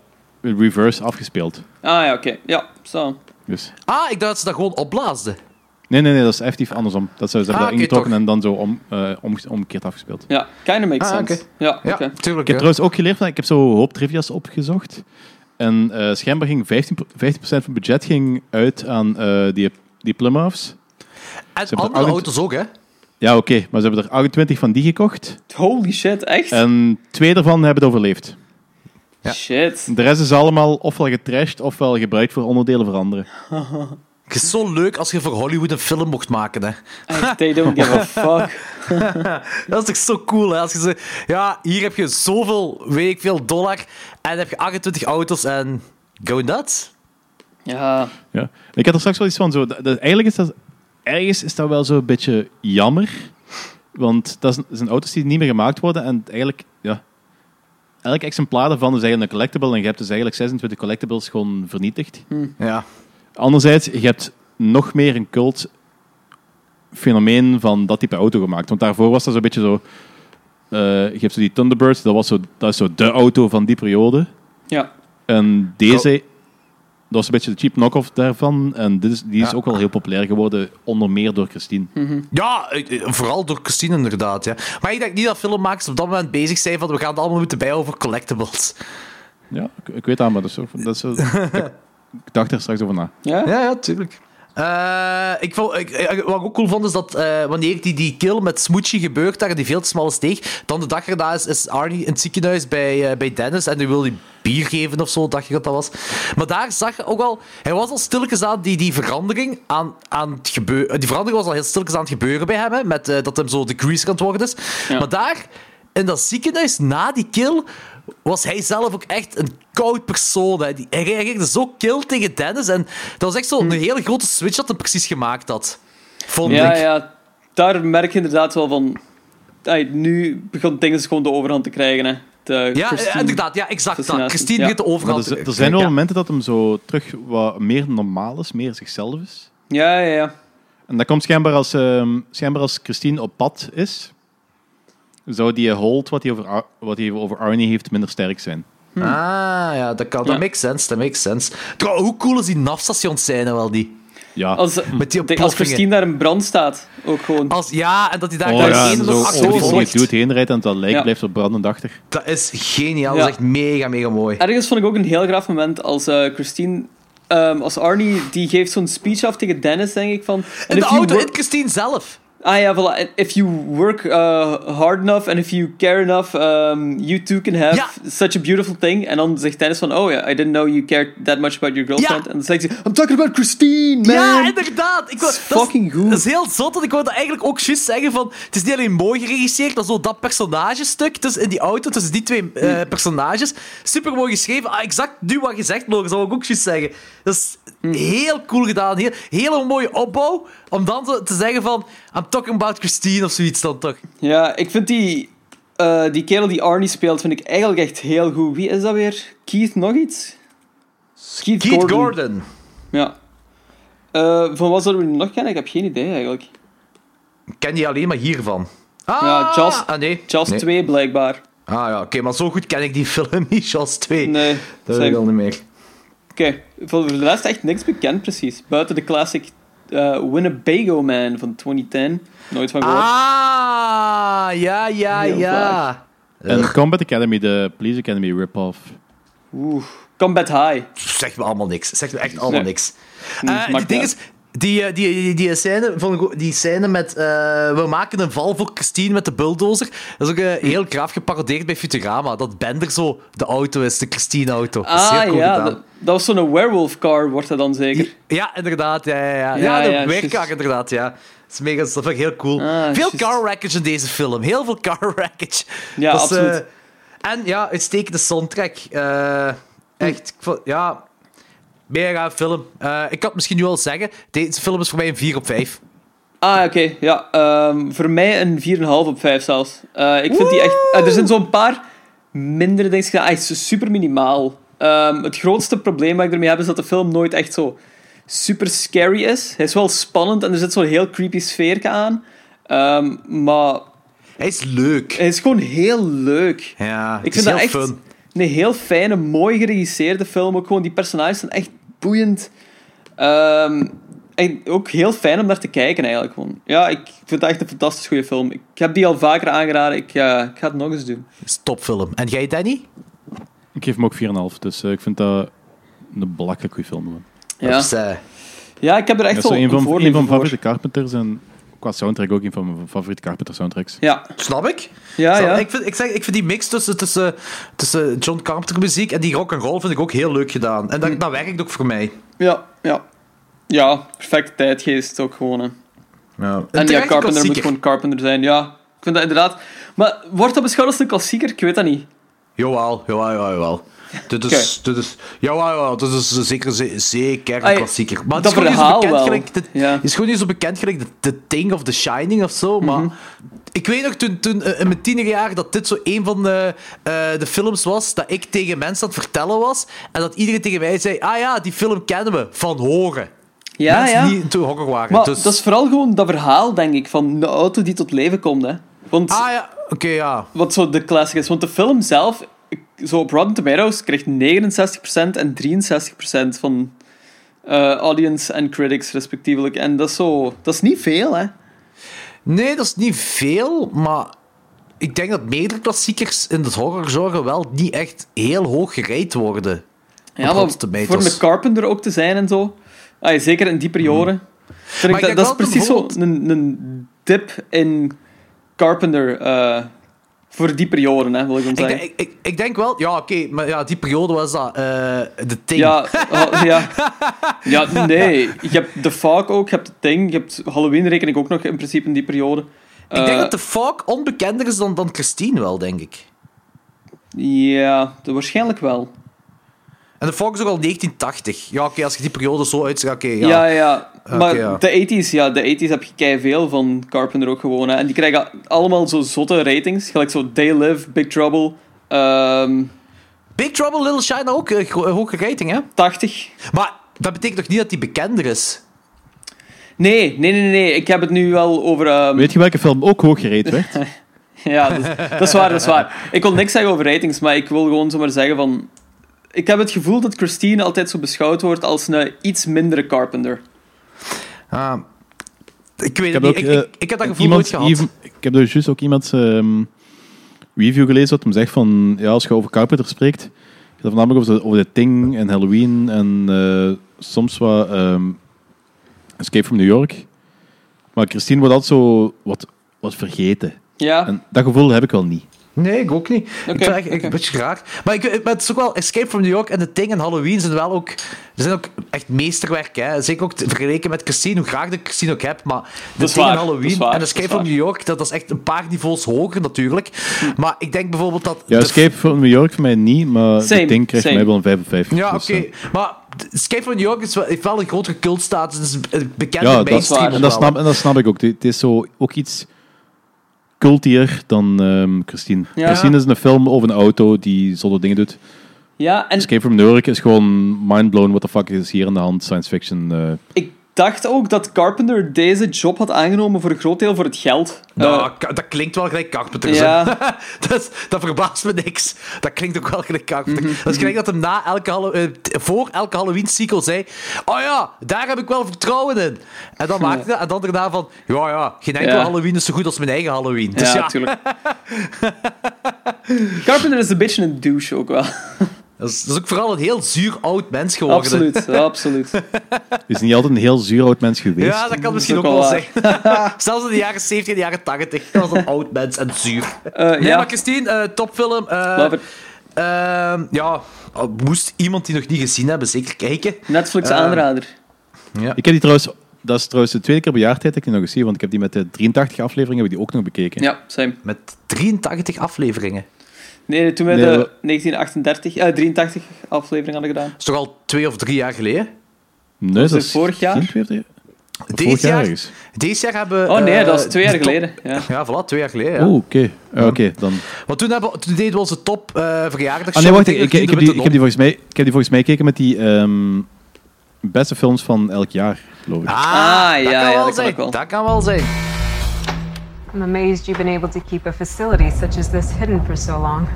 in reverse afgespeeld. Ah ja, oké. Ja, zo. Dus, Ah, ik dacht dat ze dat gewoon opblaasden. nee, nee, nee, dat is effectief andersom. Dat ze, ze hebben Ah, dat oké, ingetrokken toch. en dan zo om, eh, om, omgekeerd afgespeeld. Ja, kinda makes Ah, sense. oké. Ja, oké. Ja, tuurlijk. Ik heb ja. trouwens ook geleerd van, ik heb zo een hoop trivia's opgezocht. En eh schijnbaar ging 15%, 15 van het budget ging uit aan eh, die, die plumhoffs. En hebben andere er auto's ook, hè? Ja, oké, maar ze hebben er 28 van die gekocht. Holy shit, echt? En twee daarvan hebben het overleefd. ja. Shit. De rest is allemaal ofwel getrashed ofwel gebruikt voor onderdelen voor anderen. Het is zo leuk als je voor Hollywood een film mocht maken, hè? Echt, They don't give a fuck. Dat is toch zo cool, hè? Als je ze, ja, hier heb je zoveel, weet ik veel, dollar. En heb je 28 auto's en go nuts. Ja, Ja. Ik had er straks wel iets van. Zo, dat, dat- eigenlijk is dat, ergens is dat wel zo'n beetje jammer. Want dat zijn- zijn auto's die niet meer gemaakt worden. En eigenlijk, ja. Elk exemplaar daarvan is eigenlijk een collectible. En je hebt dus eigenlijk 26 collectibles gewoon vernietigd. Ja. Anderzijds, je hebt nog meer een cult fenomeen van dat type auto gemaakt. Want daarvoor was dat zo'n beetje zo. eh, je hebt zo die Thunderbird, dat, was zo, dat is zo de auto van die periode. ja. En deze, dat was een beetje de cheap knock-off daarvan. En dit is, die is ook wel heel populair geworden, onder meer door Christine. Ja, eh, eh, vooral door Christine, inderdaad. Ja. Maar ik denk niet dat filmmakers op dat moment bezig zijn van we gaan het allemaal moeten bij over collectibles. Ja, ik, ik weet dat, maar dat is zo, dat is zo- ik, ik dacht er straks over na. Ja? Ja, ja, tuurlijk. Eh, ik vond, ik, eh, wat ik ook cool vond, is dat eh, wanneer die, die kill met Smoochie gebeurt, daar in die veel te smalle steeg, dan de dag erna is, is Arnie in het ziekenhuis bij, eh, bij Dennis en die wil die bier geven of zo, dacht je dat dat was. Maar daar zag je ook al, hij was al stilletjes aan die, die verandering aan, aan het gebeuren, die verandering was al heel stilletjes aan het gebeuren bij hem, hè, met, eh, dat hem zo de grease kan worden is. Ja. Maar daar, in dat ziekenhuis, na die kill, was hij zelf ook echt een koud persoon. Hè. Die, hij reageerde zo kil tegen Dennis. En dat was echt zo'n hele grote switch dat hij precies gemaakt had. Vond Ja, ik. ja. Daar merk je inderdaad wel van... Ai, nu begon dingen dus gewoon de overhand te krijgen, hè. De Ja, Christine. eh, inderdaad. Ja, exact dat. Fascinatie, Christine ja. begint de Maar overhand er, te- er zijn wel ja. momenten dat hem zo terug wat meer normaal is, meer zichzelf is. Ja, ja, ja. En dat komt schijnbaar als, ehm, schijnbaar als Christine op pad is, zou die hold wat hij over, Ar- wat hij over Arnie heeft minder sterk zijn. Ah, ja, dat kan. Dat Ja. makes sense. Dat makes sense. Trouw, hoe cool is die nafstations zijn wel, die? Ja. Als, Met die de- als ontploffingen. Christine daar in brand staat, ook gewoon. Als, ja, en dat hij daar Oh, daar ja, één en nog zo achter over die volgt. dude heen rijdt en dat lijk Ja. blijft er brandend achter. Dat is geniaal. Ja. Dat is echt mega, mega mooi. Ergens vond ik ook een heel graaf moment als eh, Christine, ehm, als Arnie, die geeft zo'n speech af tegen Dennis, denk ik. Van, En de if you auto wor- in Christine zelf. Ah ja, voilà. And If you work uh, hard enough and if you care enough, um, you too can have Ja. such a beautiful thing. En dan zegt Dennis van, oh ja, I didn't know you cared that much about your girlfriend. Ja. En dan zegt ze, I'm talking about Christine, man! Ja, inderdaad. Ik wou- Dat is fucking dat is, goed. Dat is heel zot, want ik wilde eigenlijk ook juist zeggen van... Het is niet alleen mooi geregisseerd, dat is zo dat personagestuk tussen, in die auto, tussen die twee eh, personages. Super mooi geschreven. Ah, exact nu wat gezegd mogen, zou ik ook juist zeggen. Dat is Hm. heel cool gedaan. Heel, hele mooie opbouw, om dan zo te zeggen van... I'm talking about Christine of zoiets dan toch. Ja, ik vind die, eh, die kerel die Arnie speelt, vind ik eigenlijk echt heel goed. Wie is dat weer? Keith nog iets? Keith, Keith Gordon. Ja. Eh, van wat zouden we nu nog kennen? Ik heb geen idee eigenlijk. Ken je alleen maar hiervan. Ah, Ja, Jaws- Ah, nee. Just Nee. 2 blijkbaar. Ah ja, oké, maar zo goed ken ik die film niet, Jaws 2. Nee, Dat weet zeg- ik al niet meer. Oké, voor de rest echt niks bekend precies. Buiten de classic eh, Winnebago Man van 2010. Nooit van gehoord. Ah, ja, ja, Heel vaag. ja. En Combat Academy, de Police Academy rip-off. Oeh, Combat High. Zegt me allemaal niks. Zegt me echt allemaal Nee. niks. Mm, Eh, die maakt ding uit. is, die, eh, die, die, die, scène, vond ik ook- die scène met eh, we maken een val voor Christine met de bulldozer, dat is ook eh, heel graaf geparodeerd bij Futurama. Dat Bender zo de auto is, de Christine-auto. Dat is Ah heel cool ja, gedaan. dat, dat was zo'n werewolf car, wordt dat dan zeker? Ja, inderdaad. Ja, ja, ja. Ja, ja, de ja, weerkaak, juist. inderdaad. Ja. Dat, is mega, dat vind ik heel cool. Ah, veel juist. car wreckage in deze film. Heel veel car wreckage. Ja, Dat is, eh, absoluut. Hm. en ja, uitstekende soundtrack. Eh, echt, ik vond- ja... Mega film. Eh, ik kan het misschien nu al zeggen. Deze film is voor mij een 4 op 5. Ah, oké. Ja, ehm, voor mij een 4,5 op 5 zelfs. Eh, ik vind die echt... eh, er zijn zo'n paar mindere dingen gedaan. Ah, Echt super minimaal. Ehm, het grootste probleem dat ik ermee heb, is dat de film nooit echt zo super scary is. Hij is wel spannend en er zit zo'n heel creepy sfeerke aan. Ehm, maar Hij is leuk. hij is gewoon heel leuk. Ja, Ik het is vind dat heel echt fun. een heel fijne, mooi geregisseerde film. Ook gewoon die personages zijn echt boeiend. Ehm, en ook heel fijn om naar te kijken eigenlijk. Gewoon. Ja, ik vind dat echt een fantastisch goede film. Ik heb die al vaker aangeraden. Ik, eh, ik ga het nog eens doen. Het is een topfilm. En jij, Danny? Ik geef hem ook 4,5, dus eh, ik vind dat een belachelijk goede film. Man. Ja, Dus, eh, ja ik heb er Dat echt is wel zo een van, een van voorliefde mijn voor. favoriete Carpenters en qua soundtrack ook een van mijn favoriete Carpenter soundtracks. Ja, snap ik? ja, Snap- Ah, ja. Ik, vind, ik, zeg, ik vind die mix tussen, tussen, tussen John Carpenter muziek en die rock and roll vind ik ook heel leuk gedaan. En dat, Hm. dat werkt ook voor mij. ja, ja. Ja, perfecte tijdgeest ook gewoon. hè. Ja. En ja, Carpenter moet gewoon Carpenter zijn. Ja, ik vind dat inderdaad... Maar wordt dat beschouwd als een klassieker? Ik weet dat niet. Jawel, jawel, jawel, jawel. Dit is, dit is, jawel, jawel, dit is zeker, ze- zeker Ah, een ja, klassieker. Maar het dat is gewoon niet zo verhaal bekend wel. gelijk... dit- Ja. het is gewoon niet zo bekend gelijk The, The Thing of The Shining of zo, maar... Mhm. Ik weet nog, toen, toen eh, in mijn tienerjaar, dat dit zo een van de, eh, de films was dat ik tegen mensen aan het vertellen was. En dat iedereen tegen mij zei, ah ja, die film kennen we, van horen. Ja, mensen ja. die toen honger waren. Maar dus... dat is vooral gewoon dat verhaal, denk ik, van de auto die tot leven komt. Hè. Want Ah ja, oké, ja. wat zo de classic is. Want de film zelf, ik- zo op Rotten Tomatoes, krijgt 69% en 63% van eh, audience en critics respectievelijk. En dat is, zo, dat is niet veel, hè? Nee, dat is niet veel, maar ik denk dat meerdere klassiekers in het horrorgenre wel niet echt heel hoog gereid worden. Ja, Op maar Rotten Tomatoes. voor een Carpenter ook te zijn en zo. Ah, zeker in die periode. Mm-hmm. Vind Maar ik ik dat, dat is denk wel precies zo bijvoorbeeld- een, een dip in Carpenter eh, voor die periode, hè, wil ik hem Ik, zeggen. denk- ik, ik, ik denk wel, ja, oké, maar ja, die periode was dat. eh, de Thing. Ja, oh, ja. ja, nee. Je hebt The Fog ook, je hebt The Thing, je hebt Halloween reken ik ook nog in principe in die periode. ik Eh, denk dat de Fog onbekender is dan, dan Christine wel, denk ik. Ja, de- waarschijnlijk wel. En de Fog is ook al 1980. Ja, oké, als je die periode zo uitzet, oké, Ja, ja. ja. Oké, maar ja. de 80s, ja, de 80s heb je veel van Carpenter ook gewoon. Hè. En die krijgen allemaal zo zotte ratings, gelijk zo Day Live, Big Trouble, ehm, Big Trouble Little China ook eh, gro- eh, hoge rating, hè? 80. Maar dat betekent toch niet dat die bekender is? Nee, nee, nee, nee, ik heb het nu wel over... ehm, Weet je welke film ook hoog gereed werd? Ja, dat is, dat is waar, dat is waar. Ik wil niks zeggen over ratings, maar ik wil gewoon zomaar zeggen van... Ik heb het gevoel dat Christine altijd zo beschouwd wordt als een iets mindere Carpenter. Ehm, ik weet Ik heb het niet. ook, Ik, eh, ik, ik heb dat gevoel nooit iemand, gehad. even- ik heb dus juist ook iemand ehm, review gelezen dat hem zegt van, ja, als je over Carpenter spreekt, gaat het voornamelijk over de, over de Thing en Halloween en eh, soms wat ehm, Escape from New York. Maar Christine wordt altijd zo wat, wat vergeten. Ah. Ja, En dat gevoel heb ik wel niet. Nee, ik ook niet. ik Oké, ben echt- echt oké. een beetje graag. Maar, ik, maar het is ook wel Escape from New York en The Thing en Halloween zijn wel ook, zijn ook echt meesterwerk. Hè. Zeker ook te- vergeleken met Christine, hoe graag ik Christine ook heb. Maar The is Thing waar, en dat is Halloween waar, en dat is Escape from waar. New York, dat, dat is echt een paar niveaus hoger natuurlijk. Maar ik denk bijvoorbeeld dat... Ja, de- Escape from New York voor mij niet, maar Same, de Thing krijgt same. mij wel een 5 op 5. Ja, Dus, oké. eh, Maar Escape from New York is wel, heeft wel een grotere cultstatus. Het is een bekende Ja, dat, is mainstream. waar. en dat, wel. snap, en dat snap ik ook. Het is zo ook iets cultier dan ehm, Christine. Ja. Christine is een film over een auto die zotte dingen doet. ja en Escape from New York is gewoon mindblown. What the fuck is hier aan de hand? Science fiction. eh. ik dacht ook dat Carpenter deze job had aangenomen voor een groot deel voor het geld. Eh, Nou, ka- dat klinkt wel gelijk Carpenter. Ja. hè. dat, is- dat verbaast me niks. Dat klinkt ook wel gelijk Carpenter. Mhm, Dat is gelijk dat hem na elke Hallo- eh, t- voor elke Halloween-sequel zei... Oh ja, daar heb ik wel vertrouwen in. En dan maakte dat. En dan daarna van... Ja, ja, geen enkel Ja. Halloween is zo goed als mijn eigen Halloween. Dus ja, ja, natuurlijk. Carpenter is een beetje een douche ook wel. dat, is, dat is ook vooral een heel zuur oud mens geworden. Absoluut, absoluut. is niet altijd een heel zuur oud mens geweest. Ja, dat kan misschien ook ook wel wel zijn. Zelfs in de jaren 70 en de jaren 80. Dat was een oud mens en zuur. Eh, Nee, ja, maar Christine, eh, topfilm. eh, Love it. Ehm, ja, al moest iemand die nog niet gezien hebben zeker kijken. Netflix eh, aanrader. Ik heb die trouwens... Dat is trouwens de tweede keer per jaar tijd dat ik die nog eens zie, want ik heb die met de 83 afleveringen heb ik die ook nog bekeken. Ja, same. Met 83 afleveringen. Nee, toen wij Nee, de we- 1938, eh 83 aflevering hadden gedaan. Dat is toch al twee of drie jaar geleden? Nee, dat dit is vorig jaar? geen tweede- Vorig Dit jaar jaar, ergens. dit jaar hebben... Oh nee, eh, dat is twee jaar de top- geleden. Ja. Ja, voilà, twee jaar geleden. Ja. Oeh, oké. Ah, oké, dan. Want toen, hebben, toen deden we onze top eh verjaardag. Ah nee, wacht, ik, ik, ik heb die, ik, heb die volgens mij, ik heb die volgens mij gekeken met die ehm, beste films van elk jaar, geloof ik. Ah, Ah, dat ja, kan wel ja, dat kan zijn. ook wel. Dat kan wel zijn. I'm amazed you've been able to keep a facility such as this hidden for so long.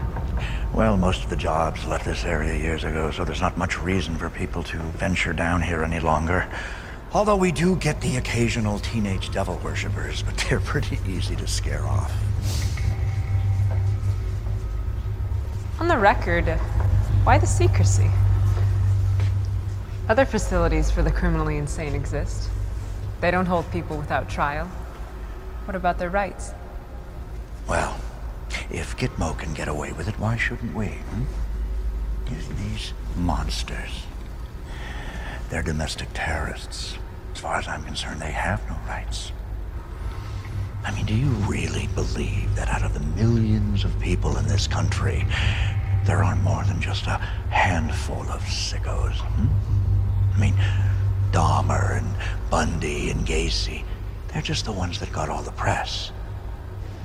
Well, most of the jobs left this area years ago, so there's not much reason for people to venture down here any longer. Although we do get the occasional teenage devil worshippers, but they're pretty easy to scare off. On the record, why the secrecy? Other facilities for the criminally insane exist. They don't hold people without trial. What about their rights? Well, if Gitmo can get away with it, why shouldn't we? Hmm? These- These monsters. They're domestic terrorists. As far as I'm concerned, they have no rights. I mean, do you really believe that out of the millions of people in this country, there aren't more than just a handful of sickos? hmm? I mean, Dahmer and Bundy and Gacy, they're just the ones that got all the press.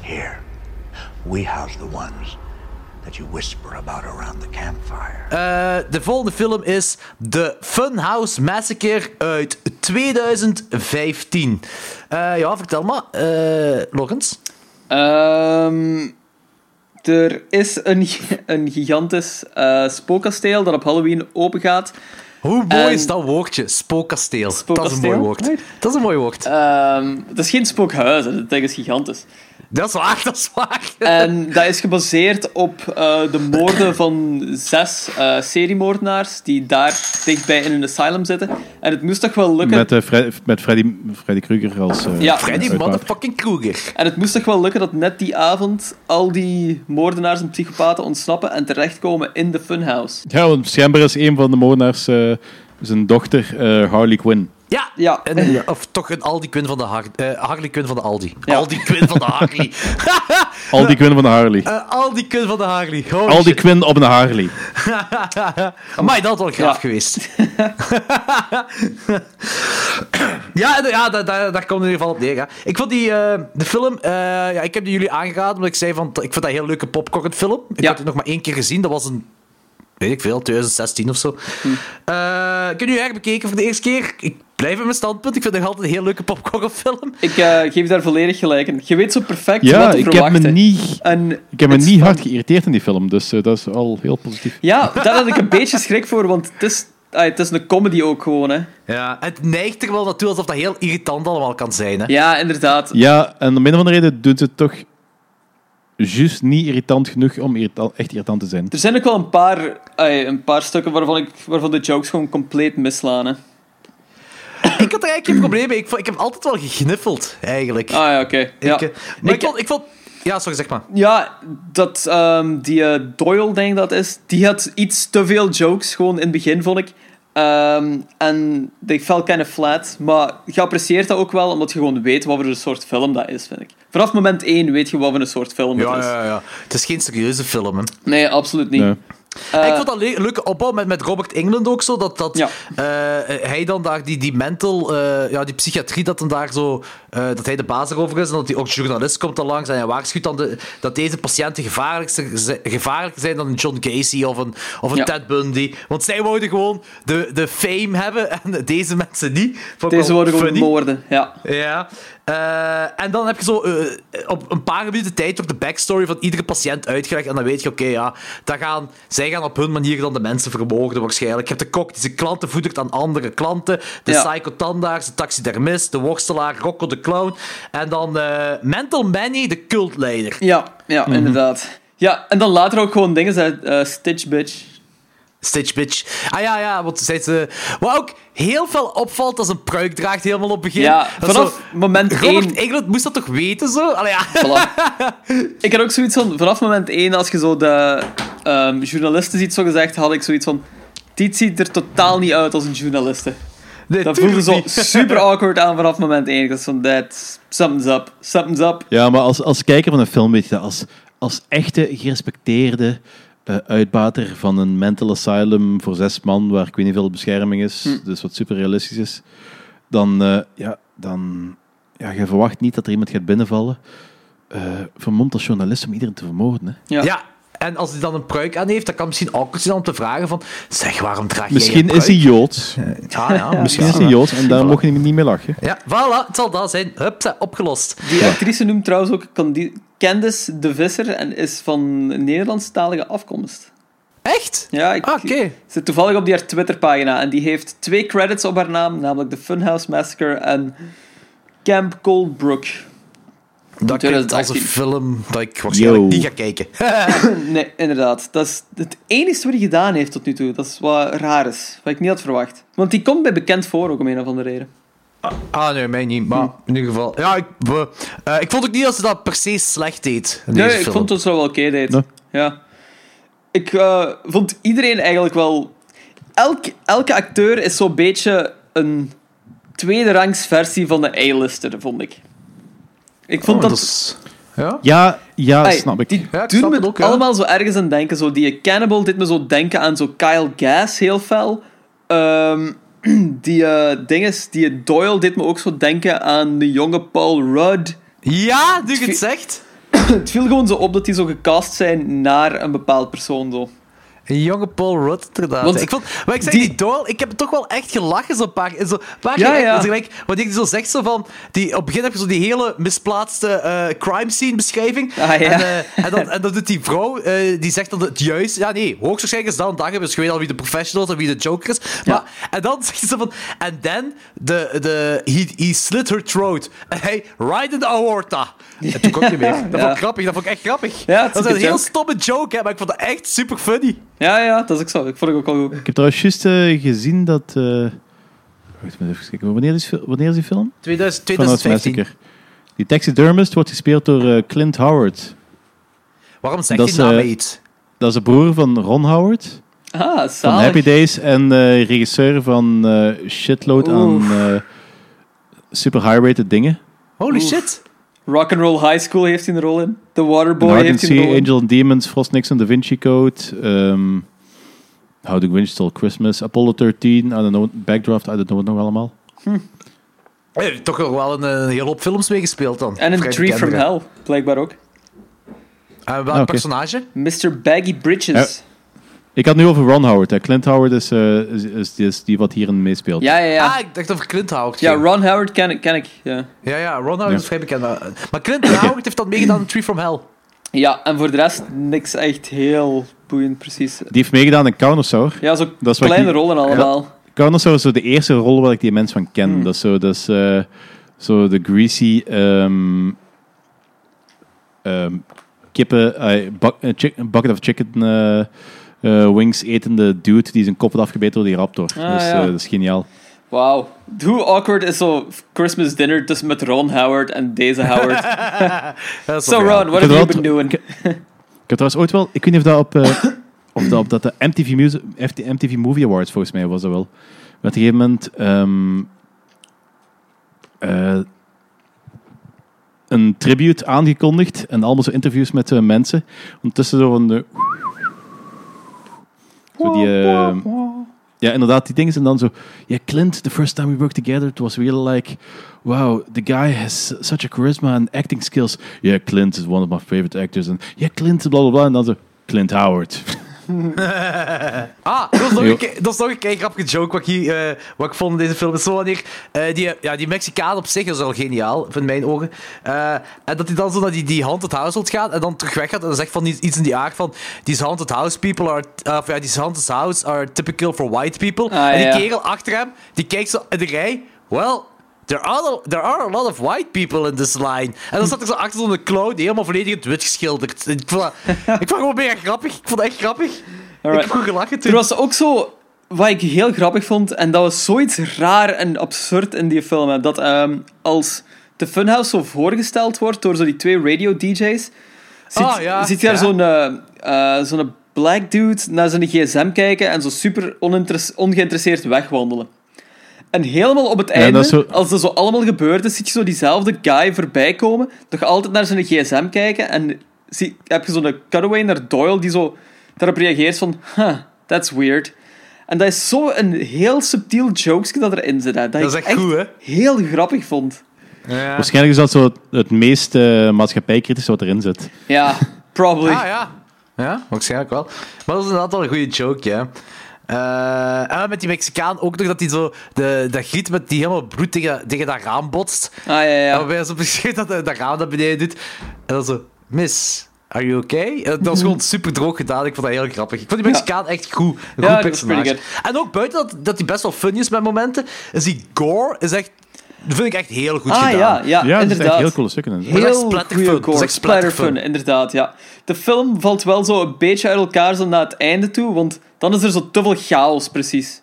Here, we house the ones that you whisper about around the campfire. Eh, de volgende film is The Funhouse Massacre uit 2015. Eh, ja, vertel maar, eh Lorenz. Ehm, er is een, gi- een gigantisch eh, spookkasteel dat op Halloween open gaat. Hoe mooi En- is dat woordje? Spookkasteel. Dat is een Spookkasteel? mooi woord. Right. Dat is een mooi woord. Ehm, het is geen spookhuis, hè, dat ding is gigantisch. dat is waar, dat is waar. En dat is gebaseerd op eh, de moorden van zes eh, seriemoordenaars die daar dichtbij in een asylum zitten. En het moest toch wel lukken. Met, eh, Fre- met Freddy, Freddy Krueger als... eh, Ja. Freddy uitbaar. motherfucking Krueger. En het moest toch wel lukken dat net die avond al die moordenaars en psychopaten ontsnappen en terechtkomen in de funhouse. Ja, want schijnbaar is een van de moordenaars eh, zijn dochter eh, Harley Quinn. Ja. Ja. En, eh, Of toch een Aldi Quinn van de Har eh, Harley Quinn van de Aldi. Ja. Aldi Quinn van de Harley. Al die Quinn van de Harley. Ah, Eh, Aldi Quinn van de Harley. Holy Al die shit. Quinn op een Harley. Amai, dat was graaf Ja. geweest. ja, en, ja daar, daar, daar komt het in ieder geval op neer. Hè. Ik vond die eh, de film... eh, ja, ik heb die jullie aangeraden, omdat ik zei van... Ik vond dat een heel leuke popcornfilm. Ik Ja. had het nog maar één keer gezien. Dat was een... Weet ik veel, 2016 of zo. Hm. Eh, ik heb nu erg bekeken voor de eerste keer. Ik blijf in mijn standpunt. Ik vind het nog altijd een heel leuke popcornfilm. Ik eh, geef je daar volledig gelijk in. Je weet zo perfect wat Ja, te ik heb verwachten. me niet, En ik heb me het is niet van- hard geïrriteerd in die film, dus eh, dat is al heel positief. Ja, daar had ik een beetje schrik voor, want het is ah, het is een comedy ook gewoon, hè. Ja, het neigt er wel naartoe alsof dat heel irritant allemaal kan zijn. Hè? Ja, inderdaad. Ja, en om een of andere reden doet het toch juist niet irritant genoeg om irrita- echt irritant te zijn. Er zijn ook wel een paar, ah, een paar stukken waarvan, ik, waarvan de jokes gewoon compleet misslaan, hè. Ik had er eigenlijk geen probleem mee. Ik, vond- ik heb altijd wel gegniffeld, eigenlijk. Ah ja, oké. Ja. Ik, eh, maar ik, vond, ik vond... Ja, sorry, zeg maar. Ja, dat, ehm, die eh, Doyle, denk ik dat is, die had iets te veel jokes, gewoon in het begin, vond ik. Ehm, en die fell kind of flat, maar je apprecieert dat ook wel, omdat je gewoon weet wat voor een soort film dat is, vind ik. Vanaf moment 1 weet je wat voor een soort film Ja, het is. ja, ja. Het is geen serieuze film, hè. Nee, absoluut niet. Nee. En ik vond dat le- leuke opbouw met, met Robert England ook zo. Dat, dat eh, eh, hij dan daar die, die mental, eh, ja, die psychiatrie, dat, dan daar zo, eh, dat hij de baas erover is. En dat die ook journalist komt dan langs. En hij waarschuwt dan de, dat deze patiënten gevaarlijker, zi- gevaarlijker zijn dan een John Casey of een, of een Ja. Ted Bundy. Want zij wouden gewoon de, de fame hebben en deze mensen niet. Vond ik Deze wel worden gewoon funny. moorden, ja. Ja. Eh, en dan heb je zo eh, op een paar minuten tijd ook de backstory van iedere patiënt uitgelegd. En dan weet je, oké, ja, dat gaan, zij gaan op hun manier dan de mensen vermoorden waarschijnlijk. Je hebt de kok die zijn klanten voedert aan andere klanten. De Ja. psychotandaars, de taxidermist, de worstelaar, Rocco de clown. En dan eh, Mental Manny, de cultleider. Ja, ja Mhm. inderdaad. Ja, en dan later ook gewoon dingen uit eh, Stitch Bitch. Stitch bitch. Ah ja, ja, want zij ze... Wat ook heel veel opvalt als een pruik draagt helemaal op het begin. Ja, Dat is vanaf zo- moment Robert 1. Englund moest dat toch weten, zo? Allee, ja. Ik had ook zoiets van, vanaf moment 1, als je zo de ehm, journalisten ziet, zo gezegd, had ik zoiets van, dit ziet er totaal niet uit als een journaliste. Nee, Dat voelde tuurlijk zo niet. super awkward aan vanaf moment 1. Ik dacht van, that, something's up, something's up. Ja, maar als, als kijker van een film weet je dat. Als, als echte gerespecteerde eh, uitbater van een mental asylum voor zes man, waar ik weet niet veel bescherming is, Hm. dus wat super realistisch is, dan, eh, ja, dan ja, je verwacht niet dat er iemand gaat binnenvallen. eh vermomd als journalist om iedereen te vermoorden. Hè. Ja. En als hij dan een pruik aan heeft, dan kan het misschien awkward zijn om te vragen van... Zeg, waarom draag jij Misschien een is hij pruik? Joods. Ja, ja, Misschien is hij Joods en daar mocht je niet mee lachen. Ja, voilà, het zal dat zijn. Hup, eh, opgelost. Die actrice noemt trouwens ook Candi- Candice de Visser en is van Nederlandstalige afkomst. Echt? Ja, ik Ah, oké. zit toevallig op die haar Twitterpagina en die heeft twee credits op haar naam, namelijk The Funhouse Massacre en Camp Coldbrook. Dat klinkt als een 2018. film dat ik waarschijnlijk Yo. niet ga kijken. nee, inderdaad. Dat is het enige wat hij gedaan heeft tot nu toe. Dat is wat raar is. Wat ik niet had verwacht. Want die komt bij bekend voor, ook om een of andere reden. Ah, nee, mij niet. Hm. Maar in ieder geval... Ja, ik, we- eh, ik vond ook niet dat ze dat per se slecht deed. in Nee, deze ik film. vond dat ze dat wel oké deed. Nee. Ja. Ik eh, vond iedereen eigenlijk wel... Elk, elke acteur is zo'n beetje een tweederangs versie van de A-lister, vond ik. Ik vond Oh, dat... dat is- Ja? Ja, ja, Ai, snap ik. Die Ja, ik doen snap me het ook, ja. allemaal zo ergens aan denken. Zo die Cannibal dit me zo denken aan zo Kyle Gass heel fel. Ehm, die eh dinges, die Doyle dit me ook zo denken aan de jonge Paul Rudd. Ja, nu je het zegt. Het viel gewoon zo op dat die zo gecast zijn naar een bepaald persoon. Zo. Een jonge Paul Rudd, inderdaad. Want ik vond, maar ik zeg die- die Doyle, ik heb toch wel echt gelachen zo'n paar keer. Zo, paar Ja, keer echt, ja. dat is gelijk, wat ik zo zeg, zo van, die, op het begin heb je zo die hele misplaatste eh, crime scene beschrijving. Ah, ja. en, eh, en, dan, en dan doet die vrouw, eh, die zegt dan het juist. Ja, nee, hoogstwaarschijnlijk is dat een dag, hebben, dus je weet al wie de professional is en wie de joker is. Maar, En dan zegt ze van, and then, the, the, he, he slit her throat. En hij, right in the aorta. Dat doe ik ook niet meer. Dat Ja. vond ik grappig, dat vond ik echt grappig. Ja, het is dat een is een heel joke. stomme joke, hè, maar ik vond dat echt super funny. Ja, ja, dat is ook zo. Ik vond het ook wel goed. Ik heb trouwens juist eh, gezien dat... eh, wacht, maar even kijken. Wanneer is, wanneer is die film? 2000, Funhouse 2015. Massacre. Die taxidermist wordt gespeeld door eh, Clint Howard. Waarom zeg Dat je is, naam eh, iets? Dat is de broer van Ron Howard, Ah, van zalig. Happy Days en eh, regisseur van eh, shitload aan eh, super high-rated dingen. Holy shit. Rock'n'Roll High School heeft hij een rol in. The En Nou, Waterboy Hard and heeft hij een Sea, rol in. Angel and Demons, Frost Nixon, Da Vinci Code, ehm How to Grinch Stole Christmas, Apollo 13, I don't know, Backdraft, I don't know wat nog allemaal. Eh, toch nog wel een, een hele hoop films meegespeeld dan. En een Vrij Tree from bekende. Hell, blijkbaar ook. En Eh, welk Ah, oké. personage? Mr. Baggy Bridges. Ik had het nu over Ron Howard. Hè. Clint Howard is, eh, is, is, is die wat hierin meespeelt. Ja, ja, ja. Ah, ik dacht over Clint Howard. Ja, ging. Ron Howard ken ik, ken ik ja. ja, ja, Ron Howard Ja. is vrij bekend. Maar maar Clint Howard heeft dan meegedaan in Tree from Hell. Ja, en voor de rest niks echt heel boeiend, precies. Die heeft meegedaan in Carnosaur. Ja, zo Dat is wat kleine ik- rollen allemaal. Carnosaur is zo de eerste rol waar ik die mens van ken. Hmm. Dat is zo, dat is, eh, zo de greasy ehm, ehm, kippen, eh, bak- eh, chick- bucket of chicken eh, eh, wings etende dude die zijn kop had afgebeten door die raptor. Ah, dus, eh, ja. dat is geniaal. Wauw. Hoe awkward is zo Christmas dinner tussen met Ron Howard en deze Howard? is so wel Ron, what Ik have you had been wel- doing? Ik heb trouwens ooit wel, ik weet niet of dat op, eh, of dat, op dat de MTV, Music, MTV Movie Awards volgens mij was dat wel. Maar op een gegeven moment ehm, eh, een tribute aangekondigd en allemaal zo interviews met eh, mensen. Ondertussen zo van de. Zo die, eh, ja, inderdaad, die dingen. En dan zo. Ja, Clint, the first time we worked together, it was really like. Wow, the guy has such a charisma and acting skills. Yeah, Clint is one of my favorite actors. En ja, Clint, bla bla bla. En dan zo. Clint Howard. Ah, dat is nog Yo. een, ke- dat is nog een kei grappige joke wat ik, hier, eh, wat ik vond in deze film. Is Zo wanneer, eh, die, ja, die Mexicaan op zich is al geniaal, in mijn ogen. Eh, en dat hij dan zo naar die, die haunted house wilt gaan en dan terug weggaat en dan zegt van iets iets in die aard van these haunted house people are, eh, of ja, these haunted house are typical for white people. Ah, en die ja. kerel achter hem, die kijkt zo in de rij. Well, there are, there are a lot of white people in this line. En dan staat er zo achter zo'n clown die helemaal volledig in het wit geschilderd. Ik vond, dat- ik vond het gewoon mega grappig. Ik vond het echt grappig. Ik Alright. heb goed gelachen toen. Er was ook zo... Wat ik heel grappig vond, en dat was zoiets raar en absurd in die film, hè, dat ehm, als de Funhouse zo voorgesteld wordt door zo die twee radio-dj's, ziet, Ah, ja, ziet je daar ja. zo'n eh, eh, zo'n black dude naar zijn gsm kijken en zo super oninteres- ongeïnteresseerd wegwandelen. En helemaal op het Ja, einde, dat is zo- als dat zo allemaal gebeurd is, ziet je zo diezelfde guy voorbij komen, toch altijd naar zijn gsm kijken en zie, heb je zo'n cutaway naar Doyle die zo daarop reageert van, huh, that's weird. En dat is zo een heel subtiel jokeske dat erin zit, hè, dat, Dat is ik echt goed, hè? heel grappig vond. Waarschijnlijk is dat zo het, het meest eh, maatschappijkritische wat erin zit. Ja, probably. Ah ja. Ja, waarschijnlijk wel. Maar dat is inderdaad wel een goede joke, ja. Eh, en met die Mexicaan ook nog dat hij zo de, dat giet met die helemaal bloed tegen, tegen dat raam botst. Ah, ja, ja. En waarbij hij zo beschrijft dat hij dat raam naar beneden doet. En dan zo, miss, are you okay? En dat was gewoon super droog gedaan. Ik vond dat heel grappig. Ik vond die Mexicaan echt goed. Een Ja, goed die was pretty personage. En ook buiten dat, dat hij best wel funny is met momenten, is die gore is echt, dat vind ik echt heel goed Ah, gedaan. ja, Ja, ja, dat is echt inderdaad. heel coole stukken. in. Dat is echt Heel splatterfun. goede Dat is gore. echt splatterfun. Splatterfun, inderdaad, ja. De film valt wel zo een beetje uit elkaar zo naar het einde toe, want dan is er zo te veel chaos, precies.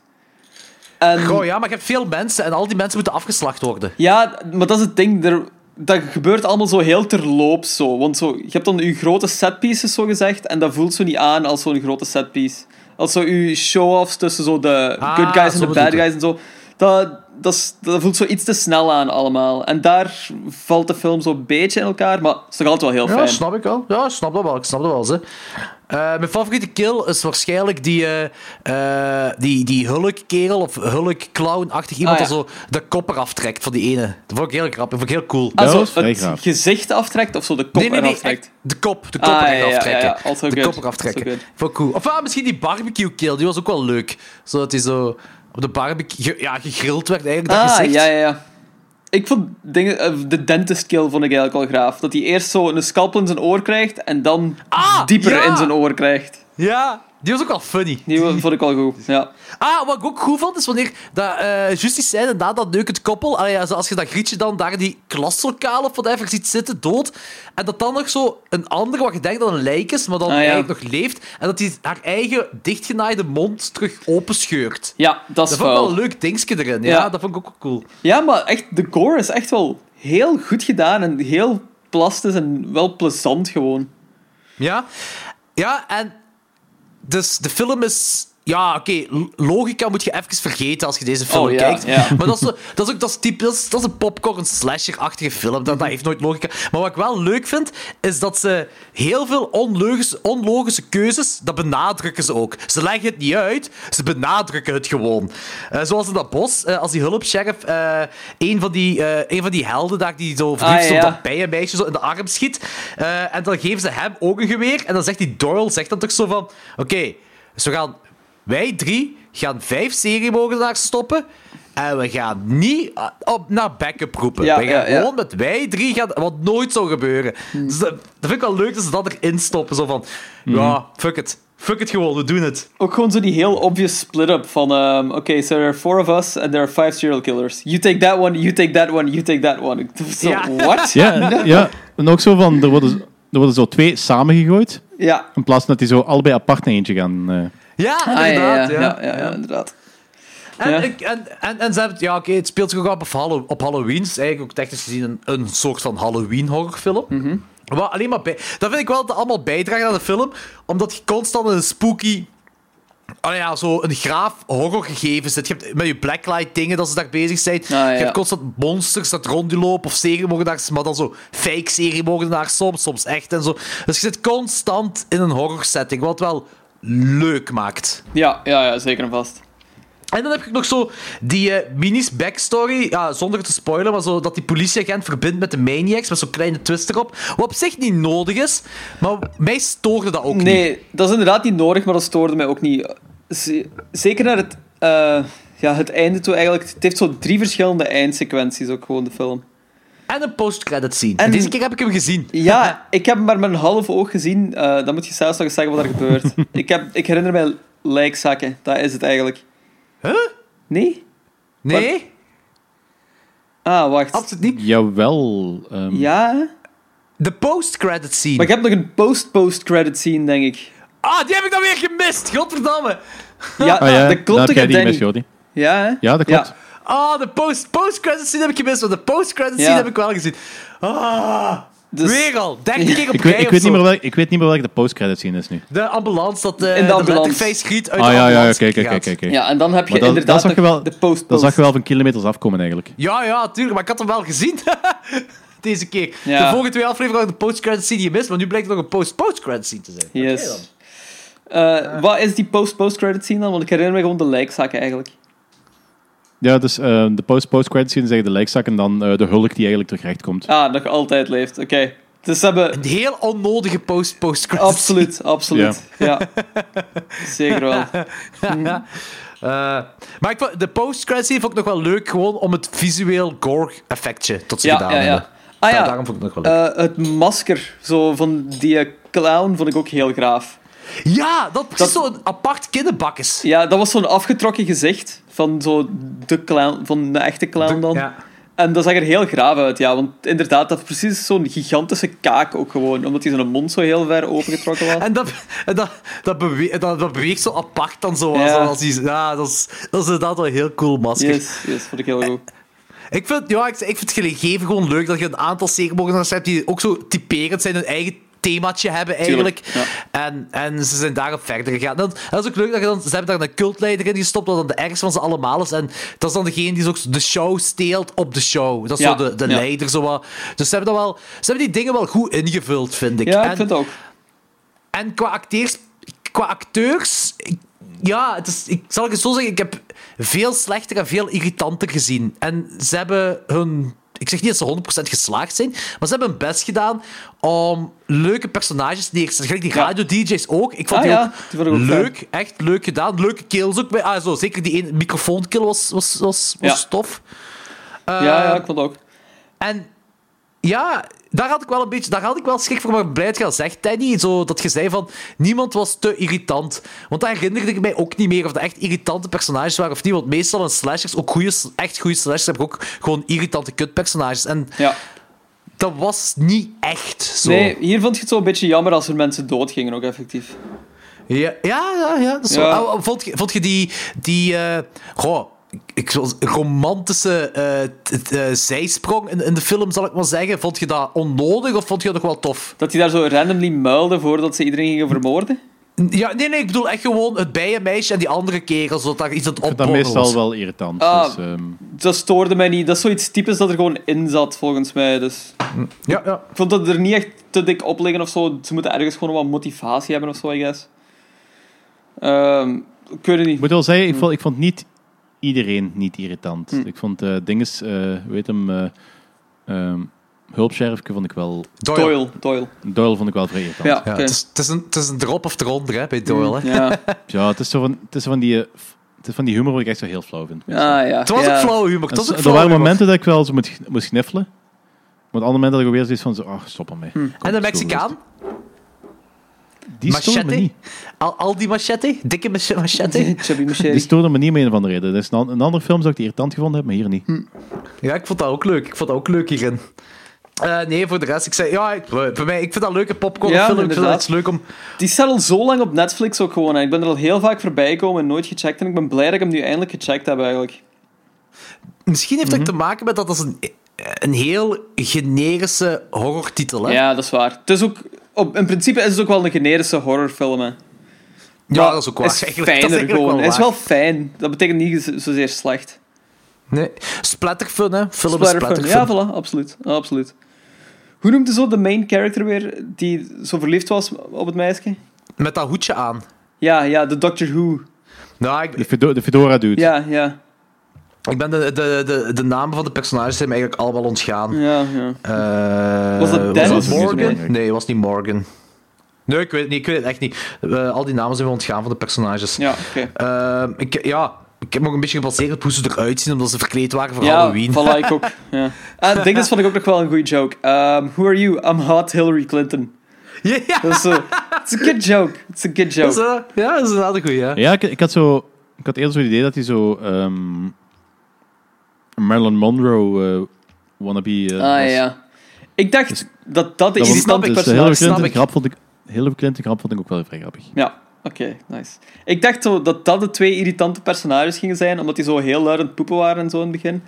En, Goh, ja, maar je hebt veel mensen en al die mensen moeten afgeslacht worden. ja, maar dat is het ding. Er, dat gebeurt allemaal zo heel terloops. Zo. Want zo, je hebt dan je grote setpieces, zo gezegd, en dat voelt zo niet aan als zo'n grote setpiece. Als zo je show-offs tussen zo de Ah, good guys en zo de bad bedoelt je. guys en zo. Dat, dat, is- dat voelt zo iets te snel aan allemaal. En daar valt de film zo'n beetje in elkaar, maar het is nog altijd wel heel Ja, fijn. snap ik wel. Ja, ik snap dat wel. Ik snap dat wel. Ze. Eh, mijn favoriete kill is waarschijnlijk die, eh eh die, die Hulk-kerel of Hulk-clown-achtig iemand Ah, ja. dat zo de kopper aftrekt van die ene. Dat vond ik heel grappig. Dat vond ik heel cool. Dat Ah, zo was vrij het graaf. gezicht aftrekt of zo de kop nee, nee, nee. eraf trekt. echt De kop. De Ah, kop ja, eraf ja, ja, trekken. ja. Also de good. kop eraf trekken. Also good. Vond ik cool. Of ah, misschien die barbecue-kill. Die was ook wel leuk. Zodat hij zo op de barbecue ge- ja, gegrild werd eigenlijk. dat ah, gezicht. ja, ja, ja. Ik vond dingen, eh, de dentist kill vond ik eigenlijk wel graaf. Dat hij eerst zo een scalpel in zijn oor krijgt en dan Ah, dieper ja. in zijn oor krijgt. Ja, die was ook wel funny. Die wa- vond ik wel goed. Ja. Ah, wat ik ook goed vond, is wanneer dat, eh Justice zei, na dat neukend koppel, allee, ja, zo als je dat grietje dan daar in die klaslokaal of whatever ziet zitten, dood, en dat dan nog zo een ander, wat je denkt dat een lijk is, maar dan Ah, ja. eigenlijk nog leeft, en dat hij haar eigen dichtgenaaide mond terug openscheurt. ja, dat is Dat vond ik wel wel. een leuk dingetje erin, ja. Ja. Dat vond ik ook wel cool. Ja, maar echt, de gore is echt wel heel goed gedaan en heel plastisch en wel plezant gewoon. Ja, ja en dus de film is. Ja, oké, l- logica moet je even vergeten als je deze film Oh, ja, kijkt. ja. Maar dat is, zo- dat is ook dat is typisch, dat is een popcorn slasher-achtige film. Dat, dat heeft nooit logica. Maar wat ik wel leuk vind, is dat ze heel veel onlogische, onlogische keuzes, dat benadrukken ze ook. Ze leggen het niet uit, ze benadrukken het gewoon. Eh, zoals in dat bos, eh, als die hulpsheriff eh een, van die, eh, een van die helden daar die zo verliefd Ah, is op ja. dat bijenmeisje zo in de arm schiet. Eh, en dan geven ze hem ook een geweer. En dan zegt die Doyle zegt dan toch zo van... Oké, dus we gaan... Wij drie gaan vijf seriemoordenaars stoppen. En we gaan niet ah, op, naar bekken roepen. Ja, we gaan ja, Hmm. ja. gewoon met wij drie gaan, wat nooit zou gebeuren. Dus dat, dat vind ik wel leuk dat ze dat erin stoppen. Zo van, Hmm. ja, fuck it. Fuck it gewoon, we doen het. Ook gewoon zo die heel obvious split-up van... ehm, Oké, so there are four of us and there are five serial killers. You take that one, you take that one, you take that one. Ik dacht Zo, Ja. what? Ja, en- ja, en ook zo van, er worden, er worden zo twee samengegooid. Ja. In plaats van dat die zo allebei apart naar eentje gaan. eh. Ja, Ah, inderdaad. ja, ja, ja. ja, ja, ja, inderdaad. En, Ja. ik, en, en, en ze hebben, ja, oké, het speelt zich ook af op, Hallo- op Halloween. Het is eigenlijk ook technisch gezien een, een soort van Halloween-horrorfilm. Mhm. Maar alleen maar bij, dat vind ik wel dat dat allemaal bijdraagt aan de film, omdat je constant in een spooky. Ah ja, zo een graaf horrorgegevens. zit. Je hebt met je blacklight dingen dat ze daar bezig zijn. Ah, ja. Je hebt constant monsters dat rond je lopen of seriemoordenaars, maar dan zo fake seriemoordenaars soms, soms echt en zo. Dus je zit constant in een horror setting, wat wel leuk maakt. Ja, ja, ja, zeker en vast. En dan heb ik nog zo die eh, minis backstory, ja, zonder te spoilen, maar zo dat die politieagent verbindt met de maniacs, met zo'n kleine twist erop, wat op zich niet nodig is, maar mij stoorde dat ook niet. Nee, dat is inderdaad niet nodig, maar dat stoorde mij ook niet. Z- Zeker naar het, eh, ja, het einde toe eigenlijk. Het heeft zo drie verschillende eindsequenties ook gewoon, de film. En een post-credit scene. En- En deze keer heb ik hem gezien. Ja, ik heb hem maar met een half oog gezien. Eh dan moet je zelfs nog eens zeggen wat er gebeurt. ik, heb, ik herinner mij lijkzakken. Dat is het eigenlijk. Huh? Nee? Nee? Ah, wacht. Absoluut niet. Jawel. ehm, Ja? hè? De post-credit scene. Maar ik heb nog een post-post-credit scene, denk ik. Ah, die heb ik dan weer gemist, godverdamme. Ja, Ah ja, dat dan klopt. heb ik jij heb die gemist, Danny. Jordi. Ja, hè? Ja, dat klopt. Ah, de post- post-credit scene heb ik gemist, maar de post-credit Ja. scene heb ik wel gezien. Ah, Dus- weer al. Derde keer op Ik, weet, rij ik, of weet zo. niet meer welk, ik weet niet meer welke de postcredit scene is nu. De ambulance dat eh In de de ambulance. letterface giet uit Ah de ja, ja, ambulance oké, oké, gaat. oké. oké. Ja, en dan heb je Maar dat- dat inderdaad zag je nog wel- de post-post. Dat zag je wel van kilometers afkomen eigenlijk. Ja, ja, tuurlijk, maar ik had hem wel gezien. Deze keer. Ja. De vorige twee afleveringen hadden de post-credit scene gemist, maar nu blijkt er nog een post-post-credit scene te zijn. Yes. Oké dan. Eh, Wat is die post-post-credit scene dan? Want ik herinner me gewoon de lijkzakken eigenlijk. Ja, dus eh, de post-post-credit scene zeggen de lijkzak en dan eh, de hulk die eigenlijk terecht komt. Ah, nog altijd leeft. Oké. Dus ze hebben... Een heel onnodige post-post-credit Absoluut, absoluut. Ja. Zeker wel. scene. Eh, maar ik vond- de post-credit scene vond ik nog wel leuk, gewoon om het visueel gore-effectje tot ze Ja, gedaan ja, ja. hebben. Ah Da- ja, Daarom vond ik het nog wel leuk. eh, het masker zo van die eh, clown vond ik ook heel graaf. ja, dat precies zo'n apart kinderbak is. Ja, dat was zo'n afgetrokken gezicht van zo de clown, van de echte clown dan. Ja. En dat zag er heel graaf uit, ja. Want inderdaad, dat is precies zo'n gigantische kaak ook gewoon. Omdat hij zijn mond zo heel ver opengetrokken was. En dat, en dat, dat, bewe- dat, dat beweegt zo apart dan zo. Ja. zo als die, ja, dat, is, dat is inderdaad wel een heel cool masker. Yes, yes, vond ik heel goed. Ik vind, ja, ik, ik vind het gegeven gewoon leuk dat je een aantal segermogenaars hebt die ook zo typerend zijn, hun eigen themaatje hebben eigenlijk. Tuurlijk, en, en ze zijn daarop verder gegaan. Dat, dat is ook leuk dat je dan, ze hebben daar een cultleider in gestopt, dat dan de ergste van ze allemaal is. En dat is dan degene die zo ook de show steelt op de show. Dat is Ja, zo de, de ja. leider. Zo wat. Dus ze hebben, dat wel, ze hebben die dingen wel goed ingevuld, vind ik. Ja, ik En- vind het ook. en qua acteurs... Qua acteurs ik- ja, het is, ik zal het zo zeggen. Ik heb veel slechter en veel irritanter gezien. En ze hebben hun... Ik zeg niet dat ze 100% geslaagd zijn, maar ze hebben hun best gedaan om leuke personages neer te zetten. Gelijk die Ja. radio-dj's ook. Ik vond Ah die ja, ook die vond ik ook leuk. Echt leuk gedaan. Leuke kills ook. bij- Ah, zo, zeker die ene microfoonkill was, was, was, was Ja. tof. ja, ja, Eh, ik vond het ook. en ja, daar had ik wel een beetje, daar had ik wel schrik voor, maar ik ben blij dat je dat zegt, Teddy. Zo, dat je zei van, niemand was te irritant. Want daar herinnerde ik mij ook niet meer of dat echt irritante personages waren of niet. Want meestal in slashers, ook goede, echt goede slashers, heb ik ook gewoon irritante kutpersonages. En Ja. dat was niet echt zo. Nee, hier vond je het zo een beetje jammer als er mensen doodgingen ook effectief. Ja, ja, ja. ja, dat is Ja. wel- Ah, wel, vond, je, vond je die... die eh, goh, ik, zoals romantische eh, t- t- eh, zijsprong in, in de film, zal ik maar zeggen. Vond je dat onnodig of vond je dat nog wel tof? Dat die daar zo randomly muilden voordat ze iedereen gingen vermoorden. Ja, nee, nee, ik bedoel echt gewoon het bijenmeisje en die andere kerel, zodat daar iets aan het Ik vind dat opborrelen was. meestal wel irritant. Ah. dus, ehm, Dat stoorde mij niet. Dat is zoiets typisch dat er gewoon in zat, volgens mij. Dus Ja, ja. ik vond dat er niet echt te dik op liggen of zo. Ze moeten ergens gewoon wat motivatie hebben of zo, I guess. Ehm, ik weet het ik niet. moet wel zeggen, ik vond, ik vond niet iedereen niet irritant. Hm. Ik vond eh dinges, eh weet hem, eh ehm, hulpsheriffke vond ik wel, Doyle. Doyle, Doyle. Doyle vond ik wel vrij irritant. Ja, Ja, oké. Mm, het, is, het, is een, het is een drop of eronder hè, bij Doyle. hè. Ja. Ja, het is zo van, het is zo van die eh, f- Het is van die humor waar ik echt zo heel flauw vind. Ah, ja. Het was ja. ook flauw humor. Het En was s- ook er flauw waren humor. momenten dat ik wel zo moest, moest sniffelen. Maar op andere momenten dat ik ook weer zoiets van, zo, ach, stop ermee. Hmm. En de Mexicaan? Die stoorde me niet. Al, al die machete? Dikke mach- machete? Chubby Die Machete. stoorde me niet om een of andere reden. Dat is een, an- een andere film zou ik die irritant gevonden hebben, maar hier niet. Hmm. Ja, ik vond dat ook leuk. Ik vond dat ook leuk hierin. Eh, nee, voor de rest. Ik zei, ja, ik, voor mij, ik vind dat leuke popcornfilm. Ja, film. ik vind dat inderdaad. iets leuk om... Die staat al zo lang op Netflix ook gewoon. En ik ben er al heel vaak voorbij gekomen en nooit gecheckt. En ik ben blij dat ik hem nu eindelijk gecheckt heb eigenlijk. Misschien heeft Mhm. dat te maken met dat dat is een, een heel generische horrortitel hè? Ja, dat is waar. Het is ook, op, in principe is het ook wel een generische horrorfilm. Hè. Ja, dat is ook waar. Het is Eigenlijk, dat is fijner eigenlijk gewoon. wel Het is waar. wel fijn. Dat betekent niet zo- zozeer slecht. Nee. Splatterfun, hè? Film is Splatterfilm. splatterfun. Ja, voilà, absoluut. Ja, absoluut. Hoe noemde zo de main character weer die zo verliefd was op het meisje? Met dat hoedje aan. Ja, ja, de Doctor Who. Nou, ik, De, fedo- de Fedora dude. Ja, ja. ik ben de, de, de, de namen van de personages zijn me eigenlijk allemaal ontgaan. ja, ja. Eh, Was dat Dennis? Dat is niet zo Morgan? belangrijk. Nee, het was niet Morgan. Nee, ik weet het niet. Ik weet het echt niet. Eh, al die namen zijn me ontgaan van de personages. Ja, oké. Ehm, ik, ja, ik heb me ook een beetje gebaseerd op hoe ze eruit zien, omdat ze verkleed waren voor Ja, Halloween. voilà, ik ook. Ja. Ah, dat ding is, vond ik ook nog wel een goede joke. Ehm, who are you? I'm hot Hillary Clinton. Ja, ja, Dat is zo... It's a good joke. It's a good dat is, joke. eh, ja, dat is inderdaad een goeie, hè. Ja, ik, ik had zo... Ik had eerder zo'n idee dat hij zo... ehm, Marilyn Monroe eh, wannabe eh, Ah, was. ja. Ik dacht dat dat de Dat snap was- irritante ik, dus personage... de Hillary snap Clinton ik. grap vond ik... Hillary Clinton grap vond ik ook wel vrij grappig. Ja, oké, nice. Ik dacht zo dat dat de twee irritante personages gingen zijn, omdat die zo heel luid aan het poepen waren en zo in het begin.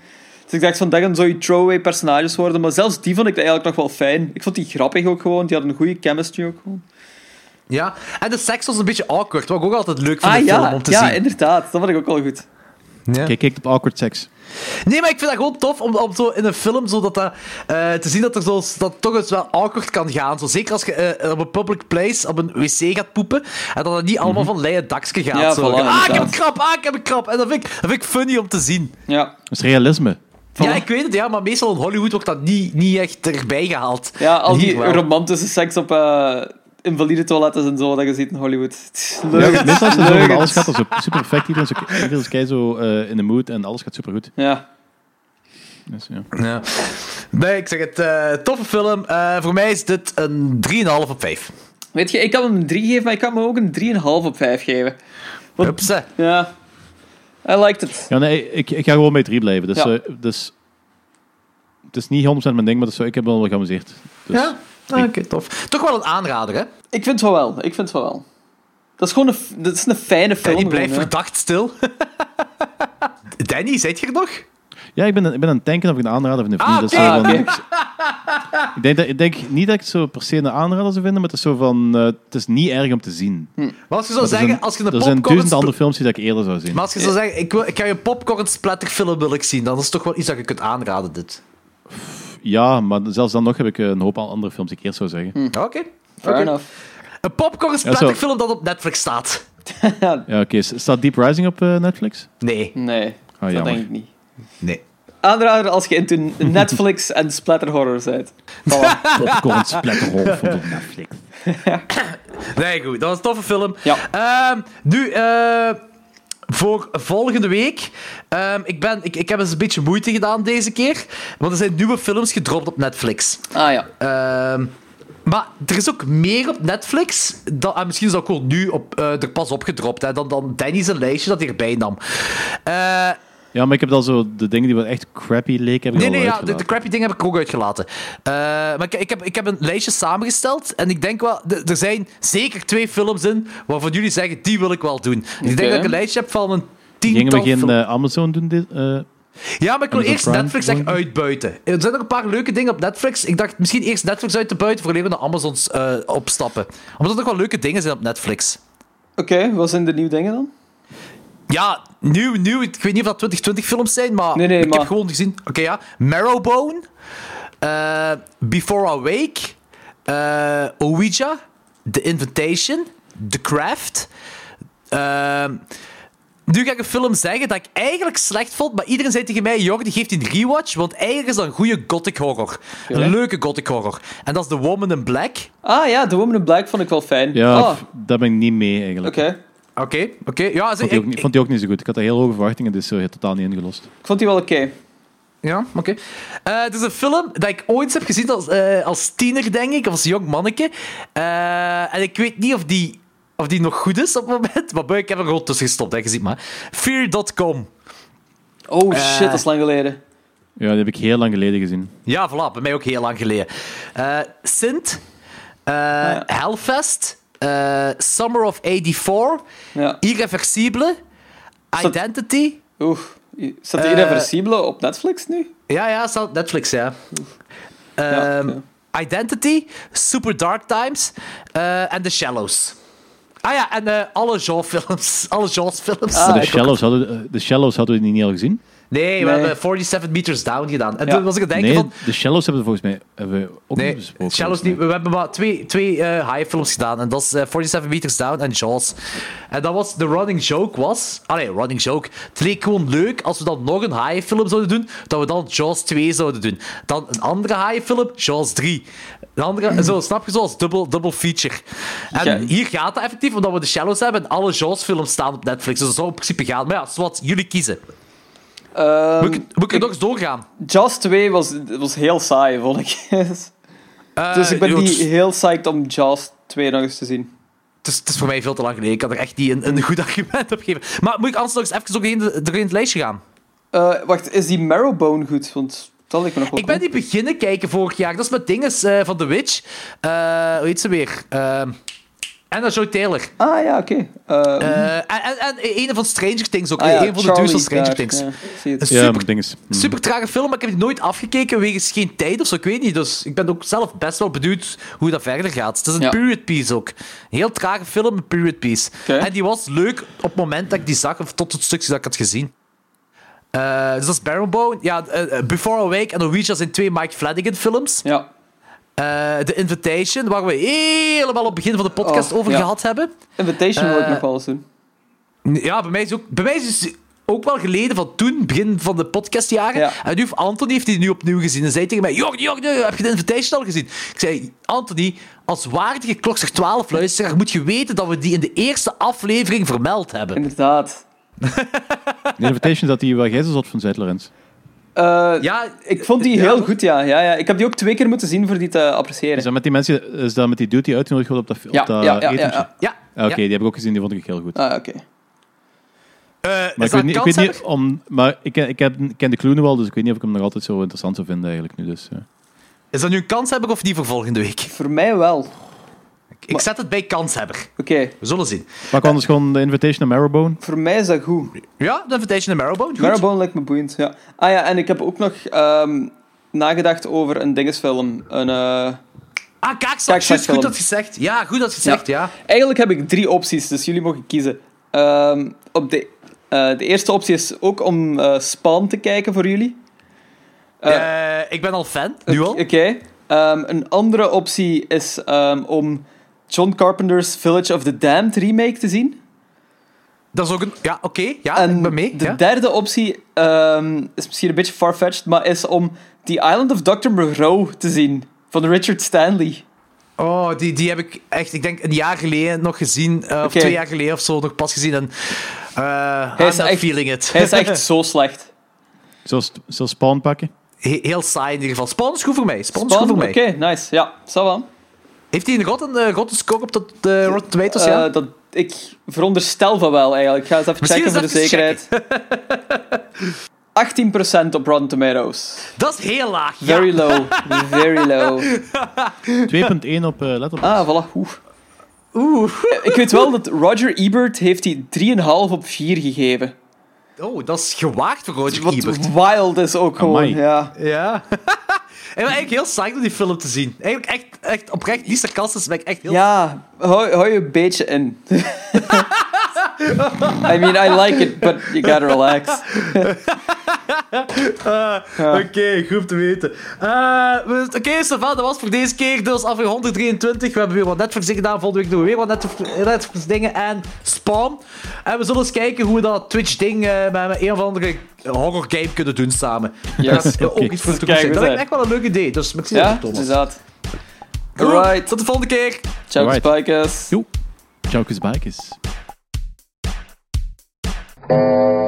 Dus ik dacht van, dat gaan zo je throwaway personages worden, maar zelfs die vond ik eigenlijk nog wel fijn. Ik vond die grappig ook gewoon, die hadden een goede chemistry ook gewoon. Ja. En de seks was een beetje awkward, wat ik ook altijd leuk vind Ah in de film ja, om te ja, zien. inderdaad, dat vond ik ook wel goed. Ja. Kijk, kijk op Awkward Sex. Nee, maar ik vind dat gewoon tof om, om zo in een film zo dat, dat, eh, te zien dat er zo, dat toch eens wel awkward kan gaan. Zo, zeker als je eh, op een public place op een wc gaat poepen en dat het niet allemaal van leien dakske gaat. Mhm. Ja, zo. voilà, ah, ik heb inderdaad. een krap, ah, ik heb een krap. En dat vind ik, dat vind ik funny om te zien. Ja, Dat is realisme. Ja, ik weet het, ja, maar meestal in Hollywood wordt dat niet, niet echt erbij gehaald. ja al Hier die wel. romantische seks op eh, invalide toiletten en zo, dat je ziet in Hollywood. Leuk, Ja, meestal als het over leuk. alles gaat, dat is ook super effect. Iedereen is ook- iedereen is kei zo eh, in de mood en alles gaat super goed. Ja, Dus, ja. Ja. Nee, ik zeg het, eh, toffe film. Eh, voor mij is dit een 3,5 op 5. weet je, ik kan hem een 3 geven, maar ik kan hem ook een 3,5 op 5 geven. Hups, hè. Ja, I liked it. Ja, nee, ik, ik ga gewoon bij drie blijven. Dus, Ja. eh, dus, het is niet 100% mijn ding, maar dat is zo, ik heb wel wat geamuseerd. Dus, Ja? Ah, Oké, tof. Toch wel een aanrader, hè? Ik vind het wel wel. Ik vind het wel wel. Dat is gewoon een, f- dat is een fijne film. Danny blijft gewoon, hè. verdacht stil. Danny, zit je er nog? Ja, ik ben, ik ben aan het denken of ik een aanrader vind of niet. Ah, Dat is oké. zo van- Ah, ik, denk dat, ik denk niet dat ik het zo per se een aanrader zou vinden, maar het is zo van, eh, het is niet erg om te zien. Maar als je zou Er zeggen, zijn- als je een Er zijn Hm. popcorn... duizenden andere films die dat ik eerder zou zien. Maar als je zou zeggen, ik, wil, ik ga je popcorn splatterfilm wil ik zien, dan is het toch wel iets dat je kunt aanraden, dit. Ja, maar zelfs dan nog heb ik eh, een hoop al andere films die ik eerst zou zeggen. Oké. Hm. Fair Oké. enough. Een popcorn splatterfilm dat op Netflix staat. Ja, oké. s- Staat Deep Rising op eh, Netflix? Nee. Nee, Ah, dat jammer. denk ik niet. Nee. Aanrader als je into Netflix en splatter horror bent. Voilà. Popcorn splatterhol van Netflix. Nee, goed. Dat was een toffe film. Ja. Ehm, nu, eh, voor volgende week. ehm, ik, ben, ik, ik heb eens een beetje moeite gedaan deze keer. Want er zijn nieuwe films gedropt op Netflix. Ah ja. Ehm, maar er is ook meer op Netflix. Dan, en misschien is dat gewoon nu op, eh, er pas opgedropt. Hè, dan, dan Danny zijn lijstje dat hij erbij nam. Eh, Ja, maar ik heb dan zo de dingen die wel echt crappy leken, heb ik nee, al nee, ja, de, uitgelaten. de crappy dingen heb ik er ook uitgelaten. Eh, maar ik, ik, heb, ik heb een lijstje samengesteld. En ik denk wel, d- er zijn zeker twee films in waarvan jullie zeggen: die wil ik wel doen. En Ik Oké. denk dat ik een lijstje heb van een Gingen tiental we geen films. eh, Amazon doen? Dit, eh? Ja, maar ik wil Amazon eerst Prime Netflix echt gewoon? uitbuiten. Er zijn nog een paar leuke dingen op Netflix. Ik dacht misschien eerst Netflix uit te buiten voor we naar Amazons eh, opstappen. Omdat er nog wel leuke dingen zijn op Netflix. Oké, wat zijn de nieuwe dingen dan? Ja, nieuw, nieuw. Ik weet niet of dat 2020-films zijn, maar Nee, nee, ik maar- heb gewoon gezien... Oké, ja. Marrowbone. eh, Before I Wake. eh, Ouija. The Invitation. The Craft. Ehm, nu ga ik een film zeggen dat ik eigenlijk slecht vond, maar iedereen zei tegen mij, Jordi, geeft die een rewatch, want eigenlijk is dat een goede gothic horror. Een leuke gothic horror. En dat is The Woman in Black. Ah ja, The Woman in Black vond ik wel fijn. Ja, Ah, f- daar ben ik niet mee eigenlijk. Oké. Oh. Oké, oké. Ja, ze, Vond die ook, ik- niet- vond die ook niet zo goed. Ik had daar heel hoge verwachtingen, dus is totaal niet ingelost. Ik vond die wel oké. Ja, oké. Eh, het is een film dat ik ooit heb gezien als, eh, als tiener, denk ik, of als jong manneke. Eh, en ik weet niet of die, of die nog goed is op het moment, maar ik heb er gewoon tussen gestopt, hè, je ziet maar. Fear.com. Oh Eh. shit, dat is lang geleden. Ja, die heb ik heel lang geleden gezien. Ja, voilà, bij mij ook heel lang geleden. Eh, Sint, eh, Hellfest, eh, Summer of 84, Irreversible, Identity. Oeh, Staat die Eh, Irreversibele op Netflix nu? Ja, ja, staat Netflix, ja. Ehm, Identity, Super Dark Times eh, en The Shallows. Ah ja, en eh, alle Jaws-films. Alle Jaws-films. Ah, Maar de, shallows hadden, eh, de Shallows hadden we die niet al gezien. Nee, we Nee. hebben 47 Meters Down gedaan. En toen was ik aan het denken nee, van... de Shallows hebben we volgens mij hebben we ook niet besproken. Shallows niet, we hebben maar twee, twee eh, high-films gedaan. En dat is eh, 47 Meters Down en Jaws. En dat was... De running joke was... Allee, running joke. Het leek gewoon leuk als we dan nog een high-film zouden doen, dat we dan Jaws 2 zouden doen. Dan een andere high-film, Jaws 3. Een andere... Zo, snap je? Zoals dubbel, dubbel feature. En Ja. hier gaat dat effectief, omdat we de Shallows hebben en alle Jaws-films staan op Netflix. Dus dat zou in principe gaan. Maar ja, wat jullie kiezen. Ehm, Moet ik, moet ik er nog eens doorgaan? Jaws 2 was, was heel saai, vond ik. Eh, dus ik ben joh, niet het is- heel psyched om Jaws 2 nog eens te zien. Het is, het is voor mij veel te lang geleden. Ik had er echt niet een, een goed argument op gegeven. Maar moet ik anders nog eens even doorheen, de- doorheen het lijstje gaan? Eh, wacht, is die Marrowbone goed? Want dat lijkt me nog wel Ik ben cool. die beginnen kijken vorig jaar. Dat is met dinges eh, van The Witch. Eh, hoe heet ze weer? Ehm Anna Joe Taylor. Ah ja, oké. Eh, Eh, en, en, en een van Stranger Things ook. ah, ja, een van de dudes van Charlie Stranger daar, Things. ja, zie het. Een super, maar ding is- hm. Hmm. super trage film, maar ik heb die nooit afgekeken wegens geen tijd of zo. Ik weet niet. Dus ik ben ook zelf best wel benieuwd hoe dat verder gaat. Het is een Ja. period piece ook. Een heel trage film, een period piece. En die was leuk op het moment dat ik die zag, of tot het stukje dat ik had gezien. Eh, dus dat is Barenbone. Ja, eh, eh, Before Awake en Norwegian zijn twee Mike Flanagan films. Eh, Ja. The Invitation, waar we helemaal op het begin van de podcast Oh, over ja. gehad hebben. Invitation wil ik Eh, nog wel eens doen. Ja, bij mij is ook, bij mij is het ook wel geleden van toen, begin van de podcastjaren. En nu heeft Anthony heeft die nu opnieuw gezien. En zei tegen mij: Jong, jong, jong, heb je de Invitation al gezien? Ik zei: Anthony, als waardige klokster 12 luisteraar moet je weten dat we die in de eerste aflevering vermeld hebben. Inderdaad. De Invitation dat die waar jij zo zat van Zuid-Lorenz. Eh, ja, ik vond die heel goed, ja. ja, ja. Ik heb die ook twee keer moeten zien voor die te appreciëren. Is dat met die mensen, is dat met die dude die uitgenodigd wordt op dat, op Ja, dat ja, ja, ja, etentje? ja. Ja. Ah, Oké, Ja. die heb ik ook gezien, die vond ik heel goed. Ah, oké. Eh, maar ik weet niet, ik weet niet om, maar ik, ken- ik, heb, ik ken de clue nu wel, dus ik weet niet of ik hem nog altijd zo interessant zou vinden eigenlijk nu. Dus, ja. Is dat nu een kanshebber of die voor volgende week? Voor mij wel. Ik, ik zet het bij kanshebber. Oké. We zullen zien. Pak anders dus gewoon de Invitation naar Marrowbone. Voor mij is dat goed. Ja, de Invitation en Marrowbone. Goed. Marrowbone lijkt me boeiend, ja. Ah ja, en ik heb ook nog ehm, nagedacht over een dingesfilm. Een, eh ah, Kaakzak, juist, goed Kaakzakfilm. dat gezegd. Ja, goed dat gezegd, ja. Eigenlijk heb ik drie opties, dus jullie mogen kiezen. Ehm, op de, eh, de eerste optie is ook om eh Spawn te kijken voor jullie. Eh, ik ben al fan, nu al. Oké. Ehm, een andere optie is ehm, om John Carpenter's Village of the Damned remake te zien. Dat is ook een... Ja, oké. ja, ik ben mee. De derde optie ehm, is misschien een beetje farfetched, maar is om The Island of Dr. Moreau te zien. Van Richard Stanley. Oh, die, die heb ik echt, ik denk een jaar geleden nog gezien. eh, Of Oké. twee jaar geleden of zo, nog pas gezien. En, eh Hij I'm is not echt- feeling it. hij is echt zo slecht. Zoals, zoals Spawn pakken. He- heel saai in ieder geval. Spawn is goed voor mij. Spawn is Spawn? goed voor mij. Oké, nice. Ja, zal wel. Heeft hij een rotten, eh, rotten score op dat, eh Rotten Tomatoes? ja? Eh, dat, ik veronderstel van wel eigenlijk. Ik ga eens even Misschien checken voor de eens even zekerheid. 18% op Rotten Tomatoes. Dat is heel laag. ja. Very low. Very low. 2.1 op eh Letterboxd. Ah, voilà. Oeh. Eh, Ik weet wel dat Roger Ebert heeft die 3,5 op 4 gegeven. Oh, dat is gewaagd voor Roger Wat Ebert. wild is ook gewoon, Amai. ja. Ja. ik ben eigenlijk heel saai om die film te zien. Eigenlijk echt, echt oprecht, niet sarcastisch, ben ik echt heel... Ja, hou, hou je een beetje in. I mean, I like it, but you gotta relax. Ah, Oké, goed te weten. Eh, we- Oké, Stefan, dat was voor deze keer. Dus aflevering 123. We hebben weer wat Netflix gedaan. Volgende week doen we weer wat Netflix- Netflix dingen. En Spawn. En we zullen eens kijken hoe we dat Twitch-ding eh, met een of andere horror game kunnen doen samen. Yes. Dat is eh, ook Oké. iets voor de Kijk, toekomst. we Dat lijkt zijn. me echt wel een leuk idee. Dus ik zie Ja, dat, Thomas. inderdaad. Goed, Alright. Tot de volgende keer. Ciao, Alright. Spikers. Joe. Joukes Bikers. Thank you.